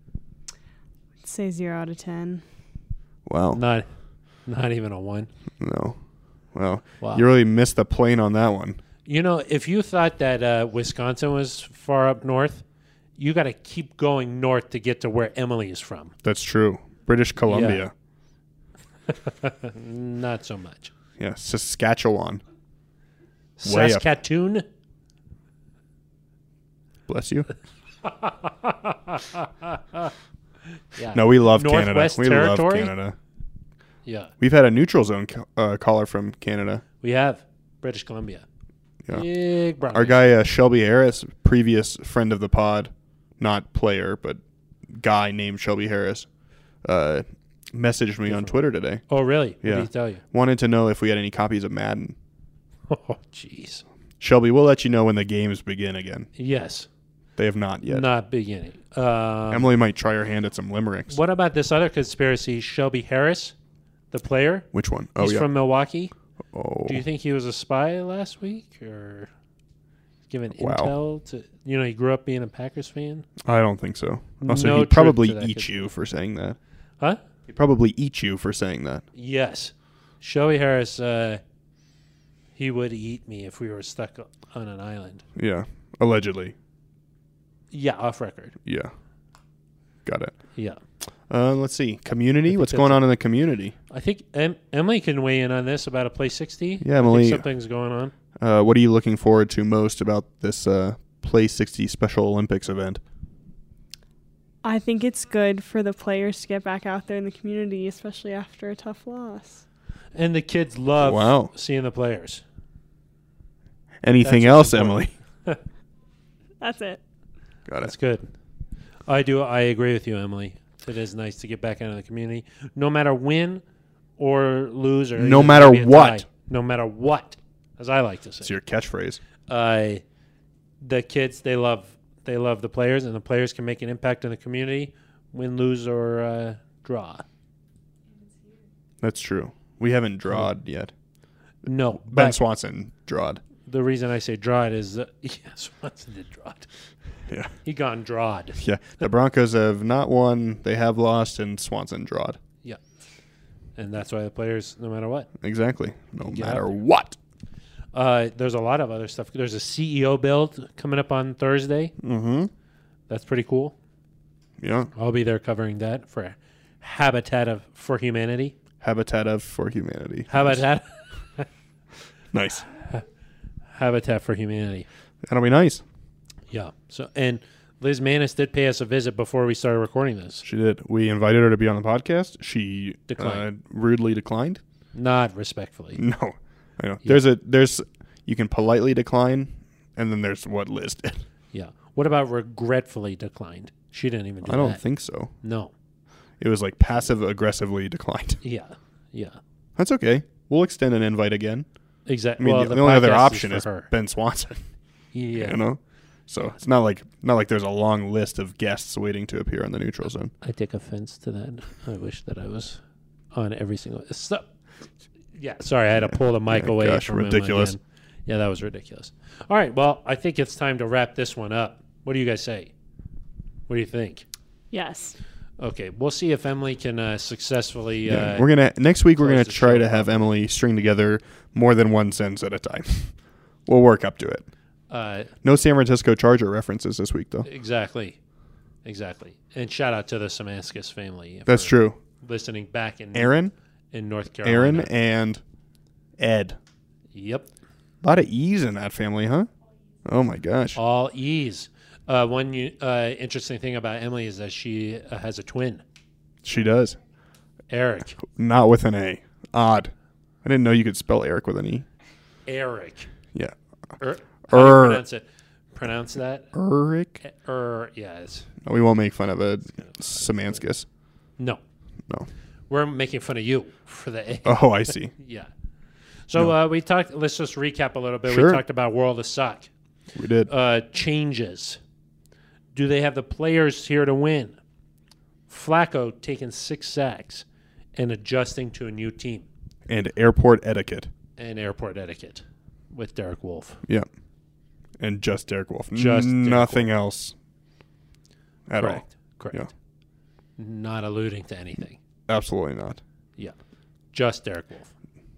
[SPEAKER 5] I'd say zero out of ten.
[SPEAKER 3] Wow.
[SPEAKER 2] Not, not even a one.
[SPEAKER 3] No. Well,
[SPEAKER 2] Wow.
[SPEAKER 3] you really missed the plane on that one.
[SPEAKER 2] You know, if you thought that uh, Wisconsin was far up north, you got to keep going north to get to where Emily is from.
[SPEAKER 3] That's true. British Columbia.
[SPEAKER 2] Not so much.
[SPEAKER 3] Yeah, Saskatchewan. Way up.
[SPEAKER 2] Saskatoon.
[SPEAKER 3] Bless you.
[SPEAKER 2] Yeah.
[SPEAKER 3] No, we love
[SPEAKER 2] Northwest
[SPEAKER 3] Canada. We
[SPEAKER 2] Territory?
[SPEAKER 3] love Canada.
[SPEAKER 2] Yeah,
[SPEAKER 3] We've had a neutral zone ca- uh, caller from Canada.
[SPEAKER 2] we have British Columbia.
[SPEAKER 3] Yeah.
[SPEAKER 2] Big brownies.
[SPEAKER 3] Our guy uh, Shelby Harris, previous friend of the pod, not player, but guy named Shelby Harris, uh, messaged me on Twitter today.
[SPEAKER 2] Oh, really? What
[SPEAKER 3] Yeah.
[SPEAKER 2] did he tell you?
[SPEAKER 3] Wanted to know if we had any copies of Madden.
[SPEAKER 2] Oh, jeez.
[SPEAKER 3] Shelby, we'll let you know when the games begin again.
[SPEAKER 2] Yes.
[SPEAKER 3] They have not yet.
[SPEAKER 2] Not beginning. Um,
[SPEAKER 3] Emily might try her hand at some limericks.
[SPEAKER 2] what about this other conspiracy? Shelby Harris, the player.
[SPEAKER 3] Which one? Oh
[SPEAKER 2] He's
[SPEAKER 3] yeah.
[SPEAKER 2] from Milwaukee.
[SPEAKER 3] oh.
[SPEAKER 2] Do you think he was a spy last week or given
[SPEAKER 3] Wow.
[SPEAKER 2] intel to you know, he grew up being a Packers fan?
[SPEAKER 3] I don't think Oh, so. Also,
[SPEAKER 2] No
[SPEAKER 3] he'd
[SPEAKER 2] truth
[SPEAKER 3] probably
[SPEAKER 2] to that,
[SPEAKER 3] eat
[SPEAKER 2] kid.
[SPEAKER 3] you for saying that.
[SPEAKER 2] Huh?
[SPEAKER 3] He'd probably eat you for saying that.
[SPEAKER 2] Yes. Shelby Harris, uh, he would eat me if we were stuck on an island.
[SPEAKER 3] Yeah. Allegedly.
[SPEAKER 2] Yeah, off record.
[SPEAKER 3] Yeah. Got it.
[SPEAKER 2] Yeah.
[SPEAKER 3] Uh, let's see. Community. What's going on in the community?
[SPEAKER 2] I think em- Emily can weigh in on this about a play 60.
[SPEAKER 3] Yeah,
[SPEAKER 2] I think
[SPEAKER 3] Emily.
[SPEAKER 2] something's going on.
[SPEAKER 3] Uh, what are you looking forward to most about this uh, Play 60 Special Olympics event?
[SPEAKER 5] I think it's good for the players to get back out there in the community, especially after a tough loss.
[SPEAKER 2] And the kids love
[SPEAKER 3] Wow.
[SPEAKER 2] seeing the players.
[SPEAKER 3] Anything
[SPEAKER 2] That's
[SPEAKER 3] else, Emily?
[SPEAKER 2] important.
[SPEAKER 5] That's it.
[SPEAKER 3] Got
[SPEAKER 2] That's
[SPEAKER 3] it.
[SPEAKER 2] good. I do. I agree with you, Emily. It is nice to get back into the community, no matter win or lose or
[SPEAKER 3] No
[SPEAKER 2] even
[SPEAKER 3] matter
[SPEAKER 2] maybe a
[SPEAKER 3] what.
[SPEAKER 2] tie. No matter what, as I like to
[SPEAKER 3] It's
[SPEAKER 2] say.
[SPEAKER 3] your catchphrase.
[SPEAKER 2] Uh, the kids they love they love the players, and the players can make an impact in the community, win, lose, or uh, draw.
[SPEAKER 3] That's true. We haven't drawed yet.
[SPEAKER 2] No,
[SPEAKER 3] Ben
[SPEAKER 2] but
[SPEAKER 3] Swanson drawed.
[SPEAKER 2] the reason I say draw it is that yes, Watson did draw it.
[SPEAKER 3] Yeah.
[SPEAKER 2] He gone drawed.
[SPEAKER 3] Yeah. The Broncos have not won. They have lost, and Swanson drawed.
[SPEAKER 2] Yeah, and that's why the players, no matter what.
[SPEAKER 3] Exactly. No
[SPEAKER 2] Get out
[SPEAKER 3] matter
[SPEAKER 2] there.
[SPEAKER 3] what.
[SPEAKER 2] Uh, there's a lot of other stuff. There's a CEO build coming up on Thursday.
[SPEAKER 3] Mm-hmm.
[SPEAKER 2] That's pretty cool.
[SPEAKER 3] Yeah.
[SPEAKER 2] I'll be there covering that for Habitat of for Humanity.
[SPEAKER 3] Habitat of for Humanity.
[SPEAKER 2] Habitat
[SPEAKER 3] Nice.
[SPEAKER 2] Habitat for Humanity.
[SPEAKER 3] That'll be nice.
[SPEAKER 2] Yeah. So and Liz Manis did pay us a visit before we started recording this.
[SPEAKER 3] She did. We invited her to be on the podcast. She
[SPEAKER 2] Declined.
[SPEAKER 3] Uh, rudely declined.
[SPEAKER 2] Not respectfully.
[SPEAKER 3] No, I know. There's a there's you can politely decline, and then there's what Liz did.
[SPEAKER 2] Yeah. What about regretfully declined? She didn't even do
[SPEAKER 3] I don't
[SPEAKER 2] that.
[SPEAKER 3] think so.
[SPEAKER 2] No.
[SPEAKER 3] It was like passive aggressively declined.
[SPEAKER 2] Yeah. Yeah.
[SPEAKER 3] That's okay. We'll extend an invite again. I
[SPEAKER 2] Exactly.
[SPEAKER 3] mean,
[SPEAKER 2] well,
[SPEAKER 3] the,
[SPEAKER 2] the,
[SPEAKER 3] the only other
[SPEAKER 2] podcast
[SPEAKER 3] option is,
[SPEAKER 2] for her.
[SPEAKER 3] Ben Swanson.
[SPEAKER 2] yeah.
[SPEAKER 3] You know, so it's not like not like there's a long list of guests waiting to appear on the neutral zone.
[SPEAKER 2] I take offense to that. I wish that I was on every single. So, yeah, sorry, I had to pull the mic
[SPEAKER 3] Yeah,
[SPEAKER 2] away.
[SPEAKER 3] gosh,
[SPEAKER 2] from him
[SPEAKER 3] ridiculous.
[SPEAKER 2] again. Yeah, that was ridiculous. All right, well, I think it's time to wrap this one up. What do you guys say? What do you think?
[SPEAKER 5] Yes.
[SPEAKER 2] Okay, we'll see if Emily can uh, successfully.
[SPEAKER 3] Yeah.
[SPEAKER 2] Uh,
[SPEAKER 3] we're gonna next week. We're
[SPEAKER 2] close
[SPEAKER 3] gonna
[SPEAKER 2] the
[SPEAKER 3] try
[SPEAKER 2] show
[SPEAKER 3] to have Emily string together more than one sentence at a time. we'll work up to it.
[SPEAKER 2] uh,
[SPEAKER 3] No San Francisco Charger references this week, though.
[SPEAKER 2] exactly, exactly. And shout out to the Samaskis family. if
[SPEAKER 3] That's
[SPEAKER 2] we're
[SPEAKER 3] true.
[SPEAKER 2] Listening back in
[SPEAKER 3] Aaron,
[SPEAKER 2] in North
[SPEAKER 3] Aaron,
[SPEAKER 2] Carolina.
[SPEAKER 3] and Ed.
[SPEAKER 2] Yep.
[SPEAKER 3] A lot of E's in that family, huh? Oh my gosh.
[SPEAKER 2] All E's. Uh, one u- uh, interesting thing about Emily is that she uh, has a twin,
[SPEAKER 3] She does.
[SPEAKER 2] Eric.
[SPEAKER 3] Not with an A. Odd. I didn't know you could spell Eric with an E.
[SPEAKER 2] Eric.
[SPEAKER 3] Yeah.
[SPEAKER 2] Er, how do you
[SPEAKER 3] Er.
[SPEAKER 2] pronounce it? Pronounce that.
[SPEAKER 3] Eric.
[SPEAKER 2] Er. Yeah. It's,
[SPEAKER 3] We won't make fun of a Samanskis.
[SPEAKER 2] no,
[SPEAKER 3] No.
[SPEAKER 2] we're making fun of you for the A.
[SPEAKER 3] Oh, I see.
[SPEAKER 2] Yeah. So uh, we talked. Let's just recap a little bit.
[SPEAKER 3] Sure.
[SPEAKER 2] We talked about World of Sock
[SPEAKER 3] We did.
[SPEAKER 2] uh, changes. Do they have the players here to win? Flacco taking six sacks and adjusting to a new team
[SPEAKER 3] And airport etiquette.
[SPEAKER 2] and airport etiquette with Derek Wolf.
[SPEAKER 3] Yeah. And just Derek Wolf.
[SPEAKER 2] Just Derek
[SPEAKER 3] nothing else. At
[SPEAKER 2] Correct. Correct. Not alluding to anything.
[SPEAKER 3] all. Absolutely not.
[SPEAKER 2] Yeah. Just Derek Wolf.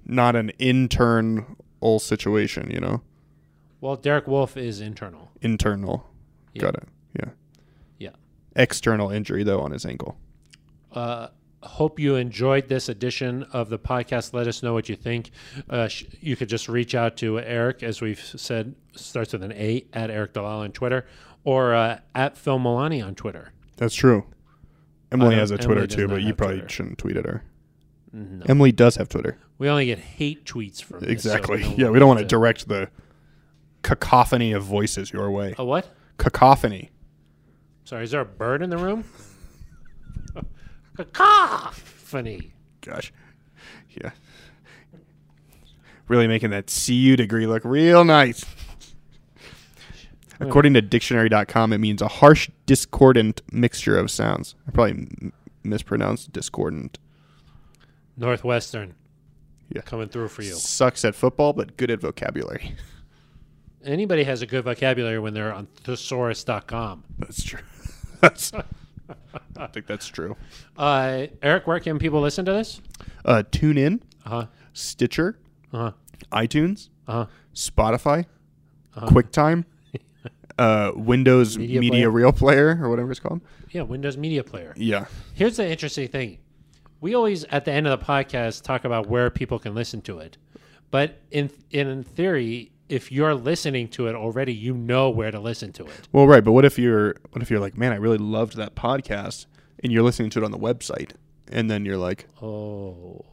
[SPEAKER 3] Not an internal situation, you know?
[SPEAKER 2] Well, Derek Wolf is internal.
[SPEAKER 3] Internal.
[SPEAKER 2] Yeah.
[SPEAKER 3] Got it. Yeah.
[SPEAKER 2] Yeah.
[SPEAKER 3] External injury, though, on his ankle.
[SPEAKER 2] Uh, hope you enjoyed this edition of the podcast. Let us know what you think. Uh, sh- you could just reach out to Eric, as we've said, starts with an A at Eric Dalal on Twitter or uh, at Phil Milani on Twitter.
[SPEAKER 3] That's true. Emily
[SPEAKER 2] don't-
[SPEAKER 3] has a
[SPEAKER 2] Emily
[SPEAKER 3] Twitter
[SPEAKER 2] does
[SPEAKER 3] too,
[SPEAKER 2] not
[SPEAKER 3] but you
[SPEAKER 2] have
[SPEAKER 3] probably
[SPEAKER 2] Twitter.
[SPEAKER 3] shouldn't tweet at her. Emily does have Twitter.
[SPEAKER 2] We only get hate tweets from this, so
[SPEAKER 3] Exactly.
[SPEAKER 2] no
[SPEAKER 3] yeah,
[SPEAKER 2] one
[SPEAKER 3] we don't want to
[SPEAKER 2] wants
[SPEAKER 3] direct the cacophony of voices your way.
[SPEAKER 2] A what?
[SPEAKER 3] Cacophony.
[SPEAKER 2] Sorry, is there a bird in the room? Cacophony.
[SPEAKER 3] Gosh. Yeah. Really making that CU degree look real nice. According to dictionary.com, it means a harsh, discordant mixture of sounds. I probably m- mispronounced discordant.
[SPEAKER 2] Northwestern.
[SPEAKER 3] Yeah.
[SPEAKER 2] Coming through for you.
[SPEAKER 3] Sucks at football, but good at vocabulary.
[SPEAKER 2] Anybody has a good vocabulary when they're on thesaurus.com.
[SPEAKER 3] That's true. that's, I think that's true.
[SPEAKER 2] Uh, Eric, where can people listen to this?
[SPEAKER 3] Uh, Tune in,
[SPEAKER 2] Uh huh.
[SPEAKER 3] Stitcher,
[SPEAKER 2] Uh huh.
[SPEAKER 3] iTunes,
[SPEAKER 2] Uh huh.
[SPEAKER 3] Spotify, QuickTime, uh, Windows Media,
[SPEAKER 2] Uh-huh. Media Player.
[SPEAKER 3] Real Player, or whatever it's called.
[SPEAKER 2] Yeah, Windows Media Player.
[SPEAKER 3] Yeah.
[SPEAKER 2] Here's the interesting thing. We always at the end of the podcast talk about where people can listen to it. But in in theory, if you're listening to it already, you know where to listen to it.
[SPEAKER 3] Well, right, but what if you're what if you're like, man, I really loved that podcast, and you're listening to it on the website, and then you're like,
[SPEAKER 2] Oh,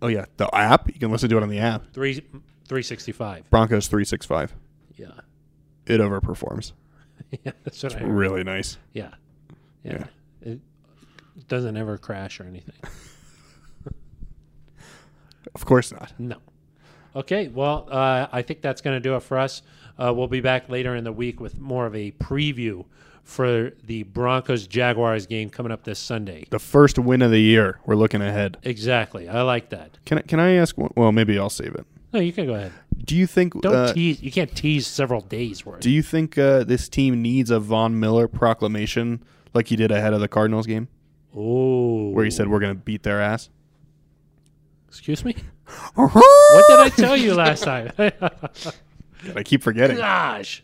[SPEAKER 3] oh yeah, the app, you can listen to it on the app.
[SPEAKER 2] three 365.
[SPEAKER 3] Broncos three six five,
[SPEAKER 2] Yeah.
[SPEAKER 3] it overperforms.
[SPEAKER 2] yeah, that's what I heard.
[SPEAKER 3] Really nice.
[SPEAKER 2] Yeah. Yeah. It doesn't ever crash or anything.
[SPEAKER 3] Of course not.
[SPEAKER 2] No. Okay. Well, uh, I think that's going to do it for us. Uh, we'll be back later in the week with more of a preview for the Broncos Jaguars game coming up this Sunday.
[SPEAKER 3] The first win of the year. We're looking ahead.
[SPEAKER 2] Exactly. I like that.
[SPEAKER 3] Can I, can I ask? One, well, maybe I'll save it.
[SPEAKER 2] No, you can go ahead.
[SPEAKER 3] Do you think
[SPEAKER 2] Don't
[SPEAKER 3] uh,
[SPEAKER 2] tease. You can't tease several days worth.
[SPEAKER 3] Do you think uh, this team needs a Von Miller proclamation like he did ahead of the Cardinals game,
[SPEAKER 2] oh.
[SPEAKER 3] where he said we're going to beat their ass?
[SPEAKER 2] Excuse me?
[SPEAKER 3] what
[SPEAKER 2] Uh-huh. What did I tell you last time?
[SPEAKER 3] I keep forgetting.
[SPEAKER 2] Gosh.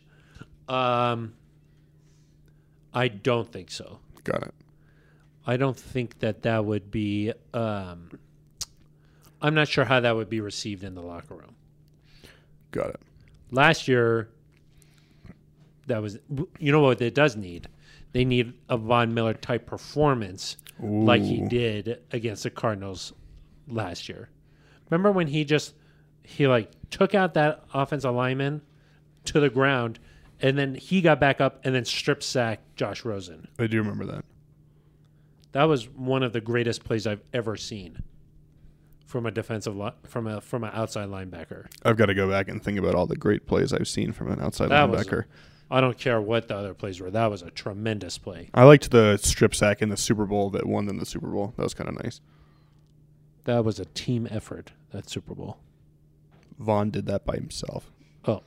[SPEAKER 2] Um, I don't think so.
[SPEAKER 3] Got it.
[SPEAKER 2] I don't think that that would be. Um, I'm not sure how that would be received in the locker room.
[SPEAKER 3] Got it.
[SPEAKER 2] Last year, that was. You know what it does need? They need a Von Miller type performance like he
[SPEAKER 3] Ooh.
[SPEAKER 2] did against the Cardinals last year. Remember when he just he like took out that offensive lineman to the ground, and then he got back up and then strip sacked Josh Rosen.
[SPEAKER 3] I do remember that.
[SPEAKER 2] That was one of the greatest plays I've ever seen from a defensive li- from a from an outside linebacker.
[SPEAKER 3] I've got to go back and think about all the great plays I've seen from an outside
[SPEAKER 2] That was-
[SPEAKER 3] linebacker.
[SPEAKER 2] I don't care what the other plays were. That was a tremendous play.
[SPEAKER 3] I liked the strip sack in the Super Bowl that won them the Super Bowl. That was kind of nice.
[SPEAKER 2] That was a team effort. That Super Bowl.
[SPEAKER 3] Vaughn did that by himself.
[SPEAKER 2] Oh,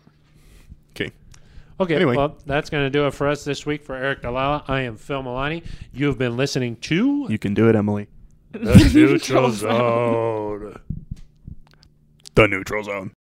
[SPEAKER 3] Okay.
[SPEAKER 2] Okay,
[SPEAKER 3] Anyway.
[SPEAKER 2] well, that's going to do it for us this week. For Eric Dalala, I am Phil Milani. You've been listening to
[SPEAKER 3] You can do it, Emily.
[SPEAKER 2] The Neutral Zone.
[SPEAKER 3] The neutral zone.